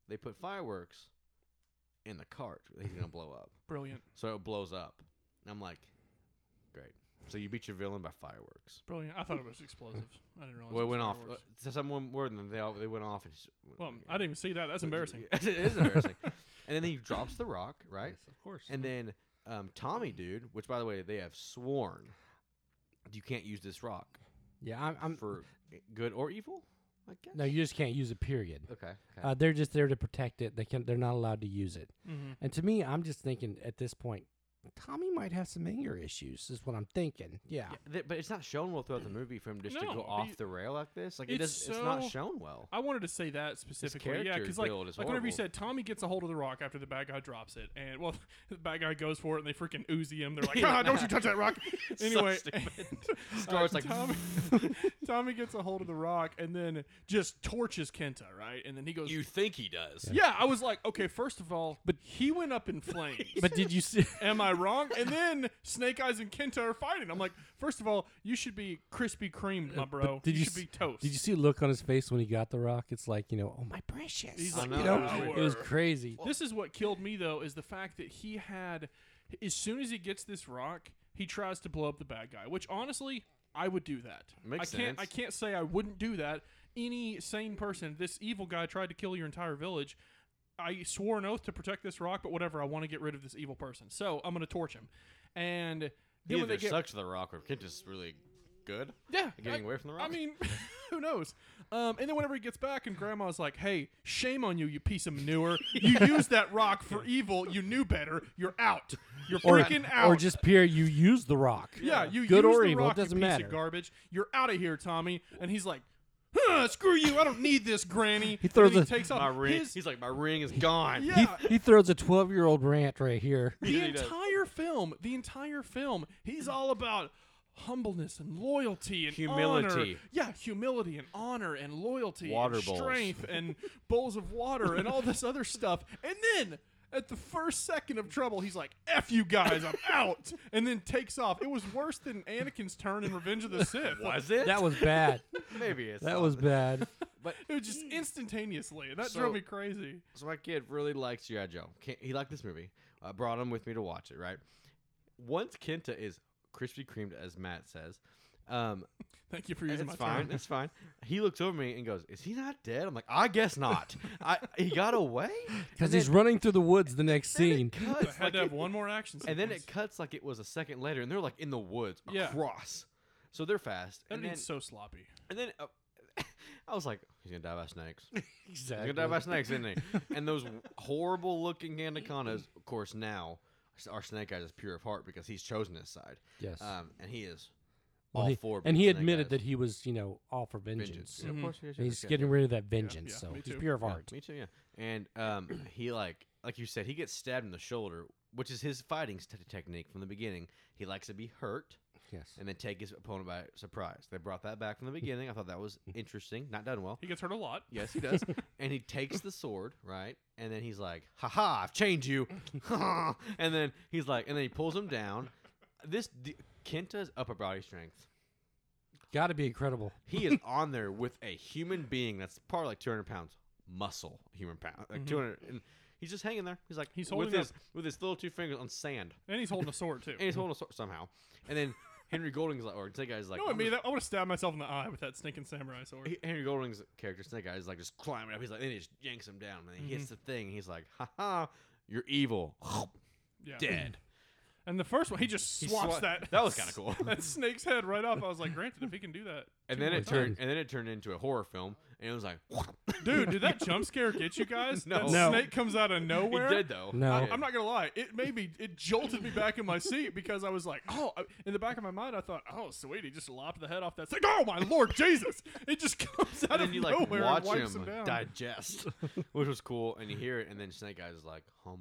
S5: They put fireworks in the cart that he's gonna blow up,
S6: Brilliant,
S5: so it blows up. And I'm like, great. So you beat your villain by fireworks.
S6: brilliant. I thought it was explosives. I didn't realize.
S5: Well, it went
S6: was
S5: off.
S6: fireworks.
S5: uh, so someone were and they all, they went off. And just,
S6: Well, I didn't even see that. That's embarrassing.
S5: it is embarrassing. and then he drops the rock, right?
S4: of course.
S5: And then um, Tommy, dude, which by the way, they have sworn you can't use this rock
S4: yeah, I'm. I'm
S5: for good or evil. I guess.
S4: no, you just can't use a period.
S5: okay. okay.
S4: Uh, they're just there to protect it. They can. They're not allowed to use it.
S6: Mm-hmm.
S4: And to me, I'm just thinking at this point, Tommy might have some anger issues. Is what I'm thinking. Yeah.
S5: Th- but it's not shown well throughout the movie for him just to
S6: No,
S5: go off
S6: he-
S5: the rail like this. Like it
S6: it's
S5: does, it's not
S6: so-
S5: shown well.
S6: I wanted to say that specifically. Yeah,
S5: character
S6: because like,
S5: build is
S6: like whenever you
S5: horrible.
S6: said Tommy gets a hold of the rock after the bad guy drops it, and well, the bad guy goes for it, and they freaking oozy him. They're like, ah, don't you touch that rock. anyway, uh,
S5: Scar's like,
S6: Tommy, Tommy gets a hold of the rock and then just torches Kenta, right? And then he goes,
S5: You think he does?
S6: yeah. I was like, okay, first of all, but he went up in flames.
S4: But did you see?
S6: Am I wrong? And then Snake Eyes and Kenta are fighting. I'm like, first of all, you should be Krispy Kreme, my bro.
S4: But did you,
S6: should
S4: s-
S6: be toast.
S4: Did you see the look on his face when he got the rock? It's like you know, oh my precious.
S6: He's
S5: I
S6: like,
S5: know.
S4: you know,
S6: "Power."
S4: it was crazy.
S6: This is what killed me though is the fact that he had as soon as he gets this rock, he tries to blow up the bad guy, which honestly, I would do that.
S5: Makes
S6: I
S5: sense.
S6: can't I can't say I wouldn't do that. Any sane person, this evil guy tried to kill your entire village. I swore an oath to protect this rock, but whatever, I want to get rid of this evil person. So, I'm going to torch him. And then
S5: He
S6: when they
S5: either
S6: get
S5: sucks the rock or Kenta's really good.
S6: yeah,
S5: At getting away from the
S6: I
S5: rock?
S6: mean, who knows? Um, and then whenever he gets back, and Grandma's like, "Hey, shame on you, you piece of manure! You used that rock for evil. You knew better. You're out. You're freaking out.
S4: Or just Pierre, you use the rock.
S6: yeah, you used
S4: good or
S6: the
S4: evil.
S6: rock,
S4: it
S6: you
S4: doesn't
S6: piece
S4: matter.
S6: Of garbage. You're out of here, Tommy." And he's like, huh, "Screw you! I don't need this, Granny." he
S4: throws
S6: and
S4: a-
S6: he takes
S5: my
S6: off
S5: ring.
S6: his.
S5: he's like, my ring is gone.
S6: yeah,
S4: He, he throws a 12 year old rant right here.
S6: the
S5: does.
S6: entire film, the entire film, he's all about humbleness and loyalty and
S5: Humility.
S6: honor. Yeah, humility and honor and loyalty,
S5: Water
S6: and
S5: bowls.
S6: strength and bowls of water and all this other stuff. And then at the first second of trouble, he's like, "F you guys, I'm out," and then takes off. It was worse than Anakin's turn in Revenge of the Sith. Like,
S5: it?
S4: That was bad.
S5: maybe it's
S4: That
S5: not.
S4: was bad.
S6: it was just instantaneously, and that
S5: So-
S6: drove me crazy.
S5: So my kid really likes G.I. Joe. Ken- He liked this movie. I brought him with me to watch it, right? Once Kenta is Krispy Kremed, as Matt says, um,
S6: Thank you for using
S5: it's
S6: my
S5: fine.
S6: time.
S5: It's fine. He looks over me and goes, "Is he not dead?" I'm like, "I guess not. I he got away."
S4: Because he's running through the woods the next scene.
S6: I had to have one more action.
S5: and then it
S6: sequence.
S5: cuts like it was a second later, and they're like in the woods
S6: Yeah.
S5: across. So they're fast, and then,
S6: Editing's so sloppy.
S5: and then uh, I was like, "He's gonna die by snakes." He's
S4: Exactly.
S5: gonna die by snakes, isn't he? and those horrible looking anacondas, of course, now our snake eyes is pure of heart because he's chosen his side.
S4: Yes.
S5: Um, and he is
S4: Well,
S5: all
S4: he-
S5: for
S4: and he
S5: Snake
S4: admitted
S5: Eyes.
S4: that he was, you know, all for
S5: vengeance.
S4: vengeance.
S5: Yeah, of course he is.
S4: And He's
S5: Yeah,
S4: getting
S5: yeah.
S4: rid of that vengeance,
S6: yeah,
S4: so
S6: me
S4: he's
S6: too.
S4: pure of
S5: Yeah,
S4: heart.
S5: Me too, yeah. And um, he like like you said, he gets stabbed in the shoulder, which is his fighting st- technique from the beginning. He likes to be hurt
S4: Yes.
S5: and then take his opponent by surprise. They brought that back from the beginning. I thought that was interesting. Not done well.
S6: He gets hurt a lot.
S5: Yes, he does. and he takes the sword, right? And then he's like, "Ha ha! I've chained you." and then he's like, and then he pulls him down. This d- Kenta's upper body strength.
S4: Got to be incredible.
S5: He is on there with a human being that's probably like 200 pounds muscle, human pound, like 200. And he's just hanging there. He's like,
S6: Mm-hmm. He's
S5: with
S6: holding
S5: his
S6: up-
S5: with his little two fingers on sand,
S6: And he's holding a sword too.
S5: and he's holding a sword somehow. And then Henry Golding's like, or that guy's like,
S6: No, I
S5: "I'm
S6: mean,
S5: just-
S6: that, I would have stabbed myself in the eye with that stinking samurai sword.
S5: He- Henry Golding's character, Snake Eyes, is like just climbing up. He's like, then he just yanks him
S6: Mm-hmm.
S5: down, and then he hits the thing. And he's like, "Ha ha, you're evil,
S6: Yeah.
S5: dead."
S6: And the first one, he just
S5: He
S6: swats
S5: swa-
S6: that.
S5: that was kinda cool.
S6: that snake's head right off. I was like, granted, if he can do that,
S5: And then
S4: more
S5: it turned,
S4: times.
S5: and then it turned into a horror film, and it was like,
S6: dude, did that jump scare get you guys?
S5: No.
S6: that
S5: No.
S6: snake comes out of
S5: he
S6: nowhere.
S5: did though.
S4: No.
S6: I, I'm not gonna lie. It made me. It jolted me back in my seat because I was like, "Oh!" I- In the back of my mind, I thought, "Oh, sweet, he just lopped the head off that snake." Oh my lord, Jesus! It just comes out
S5: And then
S6: of
S5: you
S6: nowhere
S5: like watch
S6: and wipes
S5: him
S6: him, down.
S5: digest, which was cool, and you hear it, and then Snake Eyes is like, hum,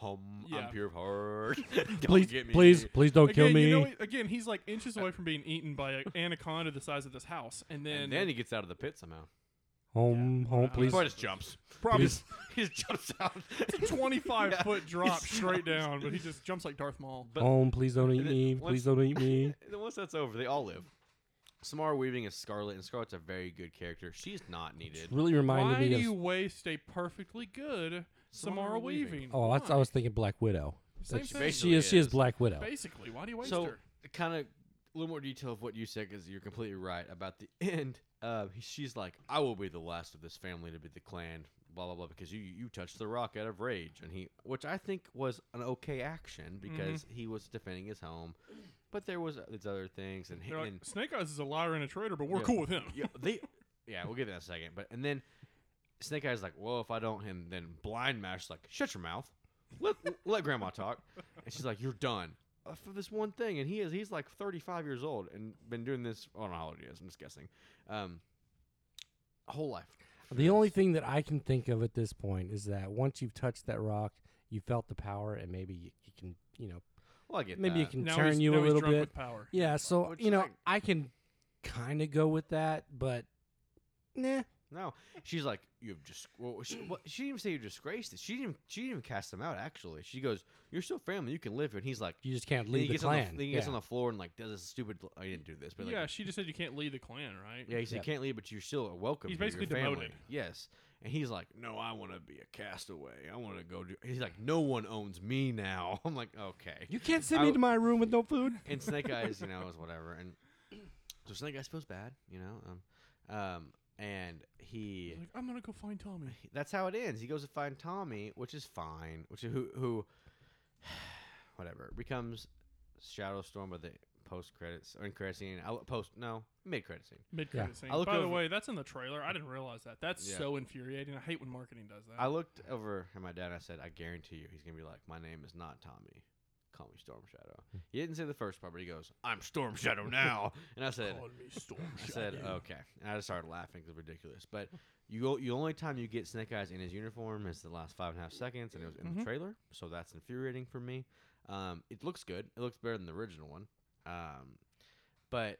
S5: hum,
S6: Yeah.
S5: I'm pure of heart. Don't
S4: please,
S5: get me.
S4: please, please don't
S6: Again,
S4: kill me.
S6: you know, again, he's like inches away from being eaten by an anaconda the size of this house, and then,
S5: And then he gets out of the pit somehow.
S4: home, home,
S5: He
S4: please.
S5: probably just jumps.
S6: Probably-
S5: He just, he just jumps out.
S6: it's a 25 foot drop
S5: he's-
S6: straight down, but he just jumps like Darth Maul.
S5: but-
S4: home, please don't eat
S5: and then
S4: me.
S5: once-
S4: Please don't eat me.
S5: And then once that's over, they all live. Samara Weaving is Scarlet, and Scarlet's a very good character. She's not needed.
S4: Really reminded
S6: Why
S4: me
S6: do
S4: of.
S6: you waste a perfectly good Samara
S5: Samara Weaving.
S6: Weaving?
S4: oh, that's, I
S6: Why?
S4: was thinking Black Widow.
S6: Same
S4: That's-
S6: thing.
S4: she is. She is Black Widow.
S6: Basically, why do you waste
S5: So,
S6: her?
S5: kind of a little more detail of what you said, because you're completely right about the end. Uh, he- she's like, I will be the last of this family to be the clan, blah, blah, blah, because you, you touched the rock out of rage. And he, which I think was an okay action because
S6: Mm-hmm.
S5: he was defending his home. But there was these other things, and, he-
S6: They're like,
S5: and
S6: Snake Eyes is a liar and a traitor, but we're
S5: Yeah.
S6: cool with him.
S5: yeah, they. Yeah, we'll get to that in a second. But and then Snake Eyes like, well, if I don't, and then Blind Mash like, shut your mouth, let let Grandma talk, and she's like, you're done Uh, for this one thing. And he is he's like 35 years old and been doing this. I don't know how old he is. I'm just guessing. Um, a whole life.
S4: The only thing that I can think of at this point is that once you've touched that rock, you felt the power, and maybe you, you can, you know,
S5: Well, I get
S4: maybe it
S5: that.
S4: can
S6: Now
S4: turn
S6: he's-
S4: you
S6: now
S4: a
S6: he's
S4: little
S6: drunk
S4: bit.
S6: with power.
S4: Yeah, so
S5: Which
S4: you know,
S5: I-
S4: I, can kind of go with that, but nah.
S5: No, she's like, you've just. Well, she, well, she didn't even say you disgraced it. She didn't. She didn't even cast him out. Actually, she goes, "You're still family. You can live." here." And he's like,
S4: You just can't
S5: then
S4: leave
S5: he
S4: the
S5: gets On
S4: clan.
S5: the, then he gets
S4: Yeah.
S5: on the floor and like does this stupid. I didn't do this, but like
S6: yeah, she just said you can't lead the clan, right?
S5: Yeah, he said,
S4: Yep.
S5: "You can't leave, but you're still welcome."
S6: He's
S5: here,
S6: basically
S5: your family."
S6: demoted.
S5: Yes, and he's like, "No, I want to be a castaway. I want to go do." He's like, "No one owns me now." I'm like, "Okay."
S4: You can't send
S5: I w-
S4: me to my room with no food.
S5: and Snake Eyes, you know, is whatever. And so Snake Eyes feels bad, you know, um, um, and he.
S6: He's Like, I'm gonna go find Tommy.
S5: That's how it ends. He goes to find Tommy, which is fine, which who who, whatever becomes Shadowstorm with the post credits or in credit scene. I, post no mid credit scene.
S6: Mid credit scene.
S5: I looked
S6: By the
S5: over-
S6: way, that's in the trailer. I didn't realize that. That's
S5: Yeah.
S6: so infuriating. I hate when marketing does that.
S5: I looked over at my dad. and I said, "I guarantee you, he's gonna be like, my name is not Tommy. Call me Storm Shadow."
S6: Hmm.
S5: He didn't say the first part, but he goes, "I'm Storm Shadow now," and I said,
S6: Call me Storm
S5: "I
S6: Shadow.
S5: said okay," and I just started laughing 'cause it's ridiculous. But you, go, you only time you get Snake Eyes in his uniform is the last five and a half seconds, and it was in
S6: Mm-hmm.
S5: the trailer, so that's infuriating for me. Um, it looks good. It looks better than the original one, um, but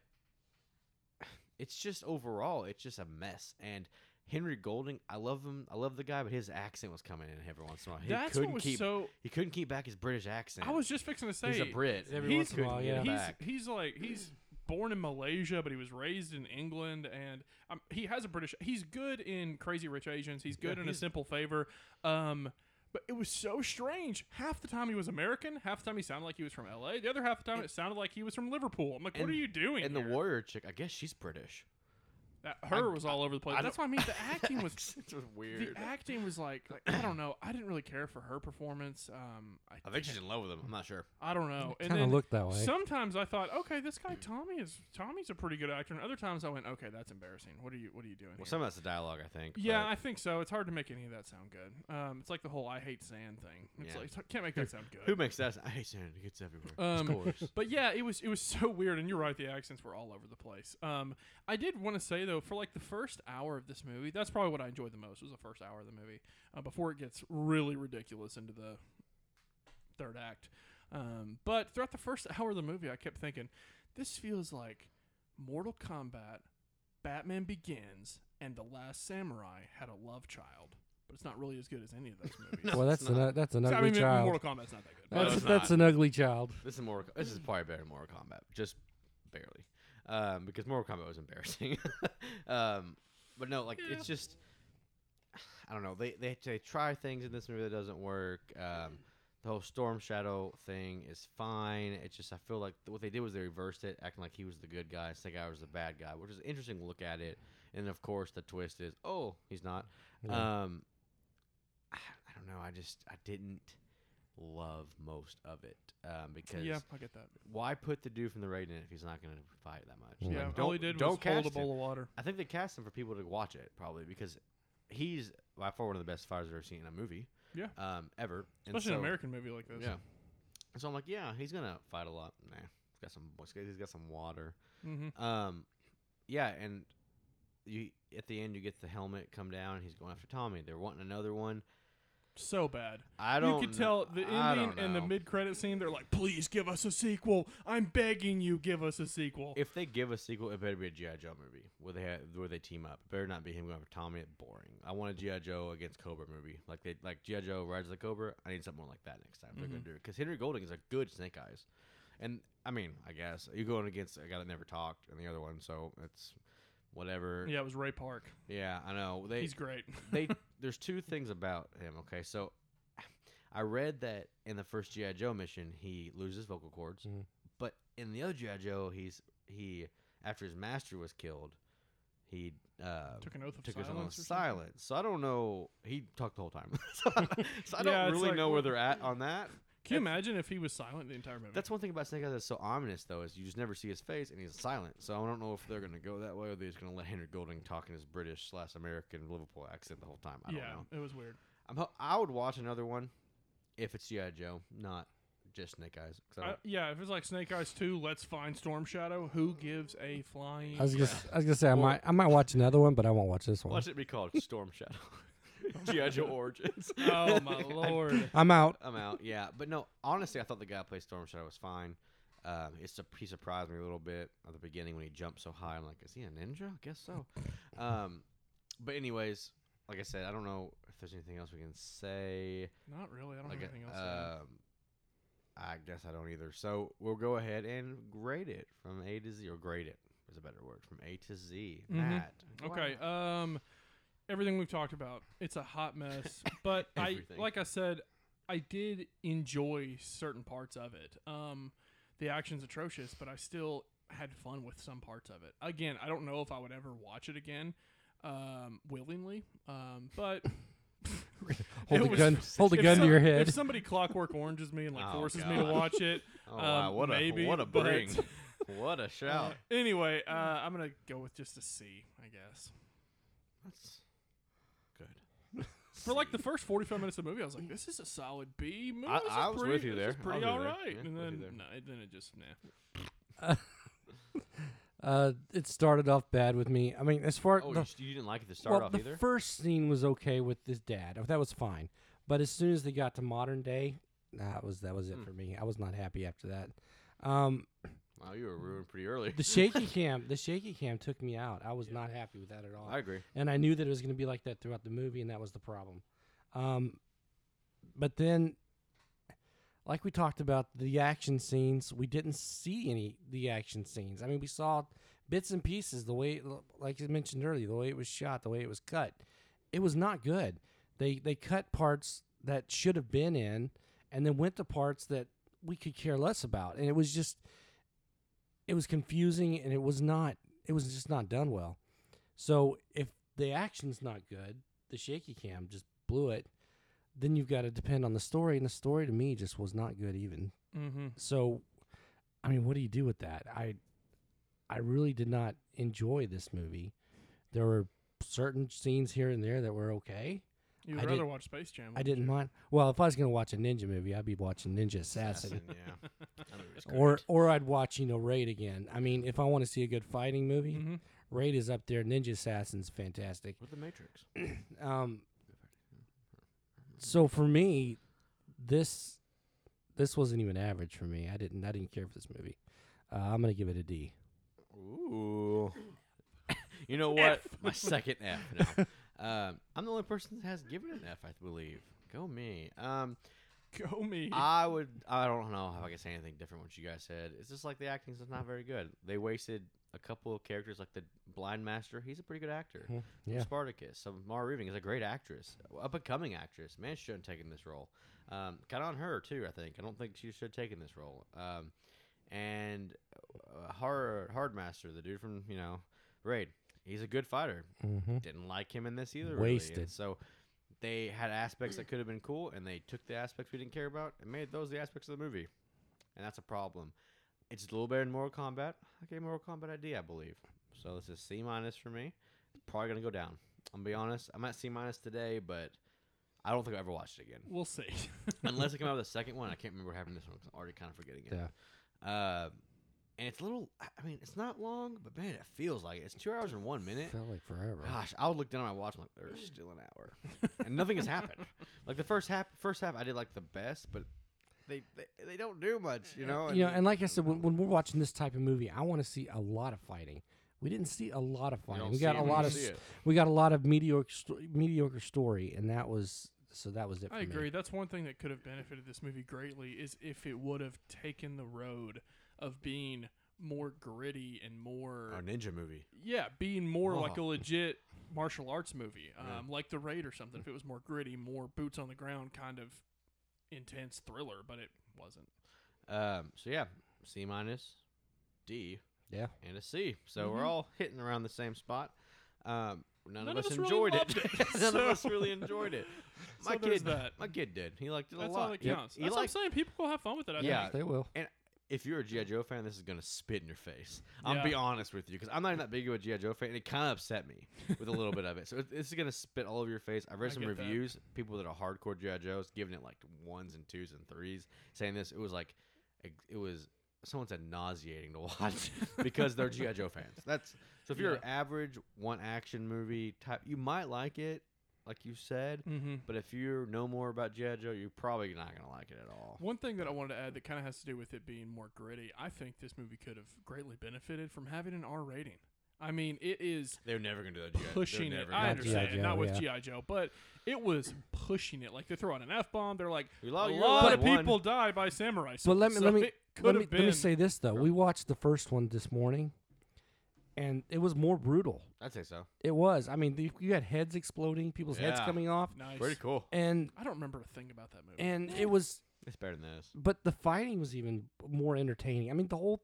S5: it's just overall, it's just a mess. And Henry Golding, I love him. I love the guy, but his accent was coming in every once in a while. He
S6: That's what
S5: couldn't
S6: was
S5: keep,
S6: so-
S5: He couldn't keep back his British accent.
S6: I was just fixing to say
S5: He's a Brit.
S4: Every
S5: He
S4: once in a
S5: couldn't
S4: while,
S5: get it
S4: yeah.
S6: He's
S5: back.
S6: he's like he's born in Malaysia, but he was raised in England, and um, he has a British. He's good in Crazy Rich Asians. He's good in A Simple Favor. Um, but it was so strange. Half the time he was American. Half the time he sounded like he was from L.A. The other half the time it sounded like he was from Liverpool. I'm like, what
S5: And-
S6: are you doing?
S5: And the
S6: here?
S5: warrior chick, I guess she's British.
S6: That- her was all over the place.
S5: I
S6: That's what I
S5: don't-
S6: mean. The acting was
S5: Accent was
S6: the
S5: weird.
S6: acting was like, like I don't know. I didn't really care for her performance. Um, I,
S5: I think she's in love with him. I'm not sure.
S6: I don't know. And
S4: kinda
S6: then
S4: looked that way.
S6: Sometimes I thought, okay, this guy Tommy is Tommy's a pretty good actor, and other times I went, okay, that's embarrassing. What are you What are you doing?
S5: Well,
S6: here?
S5: some of that's the dialogue, I think.
S6: yeah,
S5: but-
S6: I think so. It's hard to make any of that sound good. Um, it's like the whole "I hate sand" thing. It's
S5: Yeah.
S6: like it's- can't make that sound good.
S5: who makes that? sound? I hate saying it. It gets everywhere.
S6: Um,
S5: of course.
S6: But yeah, it was it was so weird, and you're right. The accents were all over the place. Um, I did want to say though, for like the first hour of this movie, that's probably what I enjoyed the most was the first hour of the movie uh, before it gets really ridiculous into the third act. Um, but throughout the first hour of the movie, I kept thinking, this feels like Mortal Kombat, Batman Begins, and The Last Samurai had a love child, but it's not really as good as any of those movies.
S4: well, that's an that's an
S6: So,
S4: ugly
S6: I mean,
S4: child.
S6: Mortal Kombat's not that good.
S4: that's
S5: it's
S4: that's
S5: not.
S4: an ugly child.
S5: This is more. This is probably better than Mortal Kombat, just barely, um, because Mortal Kombat was embarrassing. um, but no, like it's just, I don't know. They, they they try things in this movie that doesn't work. Um, the whole Storm Shadow thing is fine. It's just I feel like what they did was they reversed it, acting like he was the good guy, Snake Guy was the bad guy, which is interesting to look at it. And of course, the twist is, oh, he's not. Um, I, I don't know. I just I didn't love most of it um, because
S6: Yeah, I get that.
S5: why put the dude from the raid in if he's not going to fight that much?
S6: Yeah,
S5: Like,
S6: all he did was hold a
S5: cast him.
S6: bowl of water.
S5: I think they cast him for people to watch it probably because he's by far one of the best fighters I've ever seen in a movie.
S6: Yeah.
S5: Um, ever. And
S6: Especially an
S5: so-
S6: American movie like this.
S5: Yeah. And so I'm like, yeah, he's gonna fight a lot. Nah, he's got some. He's got some water.
S6: Mm-hmm.
S5: Um, yeah, and you at the end you get the helmet come down. And he's going after Tommy. They're wanting another one.
S6: So bad.
S5: I don't.
S6: You could
S5: kn-
S6: tell the
S5: I
S6: ending
S5: don't
S6: and the
S5: know.
S6: mid-credit scene. They're like, "Please give us a sequel. I'm begging you, give us a sequel."
S5: If they give a sequel, it better be a GI Joe movie where they ha where they team up. It better not be him going after Tommy. It's boring. I want a GI Joe against Cobra movie, like they like GI Joe rides the Cobra. I need something more like that next time. They're gonna do it because Henry Golding is a good Snake Eyes, and I mean, I guess you're going against a guy that never talked and the other one, so it's whatever.
S6: Yeah, it was Ray Park.
S5: Yeah, I know. They
S6: He's great.
S5: they there's two things about him. Okay, so I read that in the first GI Joe mission he loses vocal cords,
S4: Mhm.
S5: but in the other GI Joe he's he after his master was killed, he uh,
S6: Took an oath of
S5: took his own
S6: silence. or something?
S5: silence. So I don't know. He talked the whole time, so, I- so I don't
S6: Yeah, it's
S5: really
S6: like,
S5: know where
S6: what-
S5: they're at on that.
S6: Can you imagine if he was silent the entire movie?
S5: That's one thing about Snake Eyes that's so ominous, though, is you just never see his face and he's silent. So I don't know if they're going to go that way or they're just going to let Henry Golding talk in his British slash American Liverpool accent the whole time. I don't
S6: yeah,
S5: know.
S6: it was weird.
S5: I'm ho- I would watch another one if it's GI Joe, not just Snake Eyes. 'cause I
S6: I,
S5: don't-
S6: yeah, if it's like Snake Eyes 2, let's find Storm Shadow. Who gives a flying?
S4: I was gonna,
S6: crap?
S4: I was gonna say I might, I might watch another one, but I won't watch this one.
S5: Watch it be called Storm Shadow, GI Joe Origins.
S6: oh my lord!
S4: I'm out.
S5: I'm out. Yeah, but no, honestly, I thought the guy who played Storm Shadow was fine. Um, it's a, he surprised me a little bit at the beginning when he jumped so high. I'm like, is he a ninja? I guess so. Um, but anyways, like I said, I don't know if there's anything else we can say.
S6: Not really. I don't
S5: Like,
S6: have anything else. to add.
S5: um, I guess I don't either. So we'll go ahead and grade it from A to Z, or grade it is a better word from A to Z.
S6: Mhm.
S5: Matt,
S6: Okay.
S5: wow.
S6: Um, everything we've talked about, it's a hot mess. But I,
S5: Everything.
S6: like I said, I did enjoy certain parts of it. Um, the action's atrocious, but I still had fun with some parts of it. Again, I don't know if I would ever watch it again, um, willingly. Um, but
S4: Hold
S6: it
S4: the
S6: was-
S4: gun. Hold the
S6: if
S4: gun
S6: some-
S4: to your
S6: If
S4: head.
S6: somebody clockwork oranges me and like
S5: Oh,
S6: forces me to
S5: God.
S6: watch it,
S5: Oh wow,
S6: um,
S5: what a
S6: maybe,
S5: what a
S6: but-
S5: bring, what a
S6: uh,
S5: shout.
S6: anyway, uh, I'm gonna go with just a C, I guess.
S5: That's good.
S6: For like the first 45 minutes of the movie, I was like, "This is a solid B movie."
S5: I-
S6: This is
S5: I was
S6: pretty-
S5: with you
S6: this is
S5: there. I
S6: pretty
S5: was
S6: all
S5: with you there.
S6: right.
S5: Yeah,
S6: and
S5: with
S6: then
S5: you there.
S6: no, it- then it just nah.
S4: Uh, it started off bad with me. I mean, as far
S5: Oh,
S4: the,
S5: you, s- you didn't like it to start
S4: well,
S5: off
S4: the
S5: either.
S4: first scene was okay with his dad. That was fine. But as soon as they got to modern day, that was that
S5: Hmm.
S4: was it for me. I was not happy after that. Um,
S5: wow, you were ruined pretty early.
S4: the shaky cam, the shaky cam took me out. I was not happy with that at all.
S5: I agree.
S4: and I knew that it was going to be like that throughout the movie, and that was the problem. Um, but then, like we talked about the action scenes, we didn't see any the action scenes. I mean, we saw bits and pieces. The way, like you mentioned earlier, the way it was shot, the way it was cut, it was not good. They they cut parts that should have been in, and then went to parts that we could care less about, and it was just, it was confusing, and it was not, it was just not done well. So if the action's not good, the shaky cam just blew it, then you've got to depend on the story, and the story to me just was not good even.
S6: Mm-hmm.
S4: So, I mean, what do you do with that? I, I really did not enjoy this movie. There were certain scenes here and there that were okay.
S6: You'd
S4: I
S6: rather
S4: did-
S6: watch Space Jam.
S4: I
S6: wouldn't
S4: didn't
S6: you?
S4: mind. Well, if I was going to watch a ninja movie, I'd be watching Ninja Assassin,
S5: Assassin, yeah. That movie was
S4: or
S5: great.
S4: or I'd watch you know Raid again. I mean, if I want to see a good fighting movie,
S6: Mhm.
S4: Raid is up there. Ninja Assassin's fantastic.
S5: with the Matrix.
S4: Um, so for me, this this wasn't even average for me. I didn't I didn't care for this movie. Uh, I'm gonna give it a D.
S5: Ooh. you know what? My second F. No. Um, I'm the only person that has given an F, I believe. Go me. Um,
S6: Go me.
S5: I would. I don't know if I can say anything different. What you guys said. It's just like the acting's just not very good. They wasted a couple of characters, like the blind master. He's a pretty good actor.
S4: Hmm, yeah.
S5: Spartacus. So Mara Reaving is a great actress, up and coming actress. Man, she shouldn't have taken this role. Um, kind of on her too. I think. I don't think she should have taken this role. Um, and uh, Hard Hardmaster, the dude from you know Raid. He's a good fighter.
S4: Mm-hmm.
S5: Didn't like him in this either. really. And
S4: Wasted.
S5: So they had aspects that could have been cool, and they took the aspects we didn't care about and made those the aspects of the movie, and that's a problem. It's a little better than Mortal Kombat. Okay, Mortal Kombat ID, I believe. So this is C minus for me. Probably gonna go down. I'm gonna be honest. I'm at C minus today, but I don't think I'll ever watch it again
S6: We'll see.
S5: unless it came out with a second one. I can't remember having this one 'cause I'm already kind of forgetting it. Uh, and it's a little. I I mean, it's not long, but man, it feels like it. It's two hours and one minute.
S4: Felt like forever.
S5: Gosh, I would look down at my watch. I'm like, there's still an hour, and nothing has happened. Like the first half, first half I did like the best, but they they, they don't do much, you know.
S4: you know, oh, and like I said, when, when we're watching this type of movie, I want to see a lot of fighting. We didn't see a lot of fighting.
S5: don't
S4: We got
S5: see it
S4: a
S5: when
S4: lot
S5: you
S4: of
S5: see
S4: s-
S5: it.
S4: we got a lot of mediocre sto- mediocre story, and that was so that was it. For
S6: I
S4: me.
S6: agree. That's one thing that could have benefited this movie greatly is if it would have taken the road of being more gritty and more
S5: a ninja movie.
S6: yeah, being more like a
S5: Oh.
S6: legit martial arts movie, um, like The Raid or something. If it was more gritty, more boots on the ground kind of intense thriller, but it wasn't.
S5: Um, so yeah, C minus, D,
S4: Yeah,
S5: and a C. So we're all hitting around the same spot. Um, none,
S6: Mm-hmm. None
S5: of
S6: of
S5: us
S6: us really
S5: enjoyed
S6: loved
S5: it.
S6: it,
S5: none of us
S6: so-
S5: really enjoyed it.
S6: so
S5: My
S6: there's
S5: kid,
S6: that.
S5: my kid did. He liked it
S6: That's
S5: a lot.
S6: all that
S5: Yep.
S6: counts.
S5: He
S6: That's what I'm
S5: liked-
S6: saying. People will have fun with it. I
S5: Yeah.
S6: think.
S4: they will.
S5: And if you're a GI Joe fan, this is gonna spit in your face. I'm
S6: Mm. Yeah.
S5: be honest with you because I'm not even that big of a GI Joe fan, and it kind of upset me with a little bit of it. So it- this is gonna spit all over your face. I've read
S6: I
S5: some
S6: get that.
S5: reviews, people that are hardcore GI Joes giving it like ones and twos and threes, saying this. It was like, it, it was someone said nauseating to watch because they're GI Joe fans. That's so if you're an average one action movie type, you might like it, like you said.
S6: Mm-hmm.
S5: But if you know more about GI Joe, you're probably not gonna like it at
S4: Mm-hmm.
S5: all.
S6: One thing that I wanted to add that kind of has to do with it being more gritty, I think this movie could have greatly benefited from having an R rating. I mean, it is
S5: They're never gonna do that. G.I. They're
S6: pushing it.
S5: never
S6: I
S5: gonna do that.
S6: understand,
S4: Joe,
S6: not with
S4: yeah.
S6: GI Joe, but it was pushing it. Like they throw out an F bomb, they're like,
S5: We lost-
S6: a
S5: you
S6: lot
S5: lost
S6: of
S5: one."
S6: people die by samurai. So,
S4: But let me
S6: so
S4: let me
S6: it could
S4: let me,
S6: have
S4: let me
S6: been-
S4: say this though. We watched the first one this morning, and it was more brutal.
S5: I'd say so.
S4: It was. I mean, you- you had heads exploding, people's heads
S5: Yeah.
S4: coming off,
S6: nice.
S5: Pretty cool.
S4: and
S6: I don't remember a thing about that movie.
S4: and it was.
S5: It's better than this.
S4: But the fighting was even more entertaining. I mean, the whole.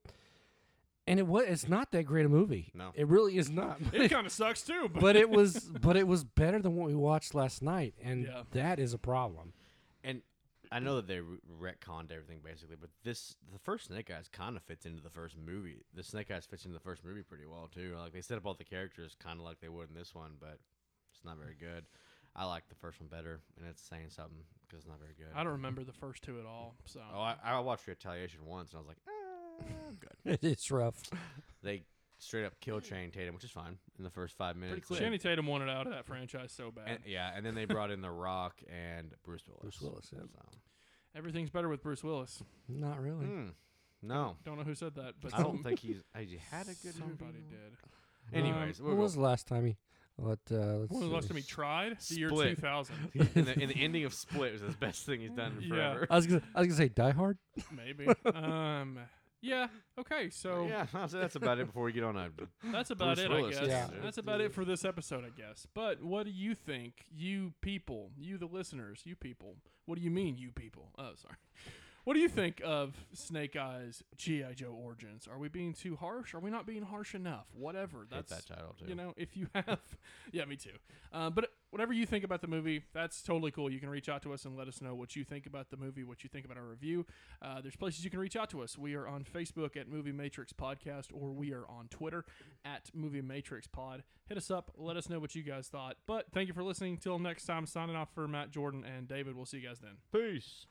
S4: And it was. It's not that great a movie.
S5: No.
S4: it really is not.
S6: it kind of sucks too, but,
S4: but it was. But it was better than what we watched last night, and
S6: Yeah.
S4: that is a problem.
S5: And I know that they re- retconned everything basically, but this the first Snake Eyes kind of fits into the first movie. The Snake Eyes fits into the first movie pretty well too. Like they set up all the characters kind of like they would in this one, but it's not very good. I like the first one better, and it's saying something because it's not very good.
S6: I don't remember the first two at all. So
S5: Oh, I, I watched Retaliation once, and I was like, ah, I'm good.
S4: it's rough.
S5: they straight up kill Channing Tatum, which is fine in the first five minutes. They-
S6: Channing Tatum wanted out of that franchise so bad.
S5: and- yeah, and then they brought in The Rock and Bruce Willis.
S4: Bruce Willis, yeah.
S5: So,
S6: Everything's better with Bruce Willis.
S4: Not really.
S5: hmm, no,
S6: Don't know who said that, but
S5: I don't
S6: some-
S5: think he's he had a good movie.
S6: somebody did.
S5: Anyways,
S4: um,
S5: we'll
S4: when
S5: go-
S4: was the last time he? What? Uh, let's
S6: When was the last
S4: see.
S6: time he tried? The year
S5: Split.
S6: 2000,
S5: in, the, in the ending of Split was the best thing he's done in
S6: Yeah.
S5: forever.
S4: I was gonna, I was gonna say Die Hard.
S6: maybe. um, yeah. Okay, so
S5: Yeah, I'll say that's about it before we get on a.
S6: that's about
S5: Bruce
S6: it,
S5: Willis,
S6: I guess.
S4: yeah.
S6: That's about it for this episode, I guess. But what do you think, you people, you the listeners, you people? What do you mean, you people? Oh, sorry. What do you think of Snake Eyes GI Joe Origins? Are we being too harsh? Are we not being harsh enough? Whatever.
S5: Hate
S6: That's
S5: that title too.
S6: you know if you have yeah me too uh, but whatever you think about the movie that's totally cool you can reach out to us and let us know what you think about the movie what you think about our review uh, there's places you can reach out to us we are on facebook at movie matrix podcast or we are on twitter at movie matrix pod hit us up let us know what you guys thought but thank you for listening till next time signing off for matt jordan and david we'll see you guys then
S5: Peace.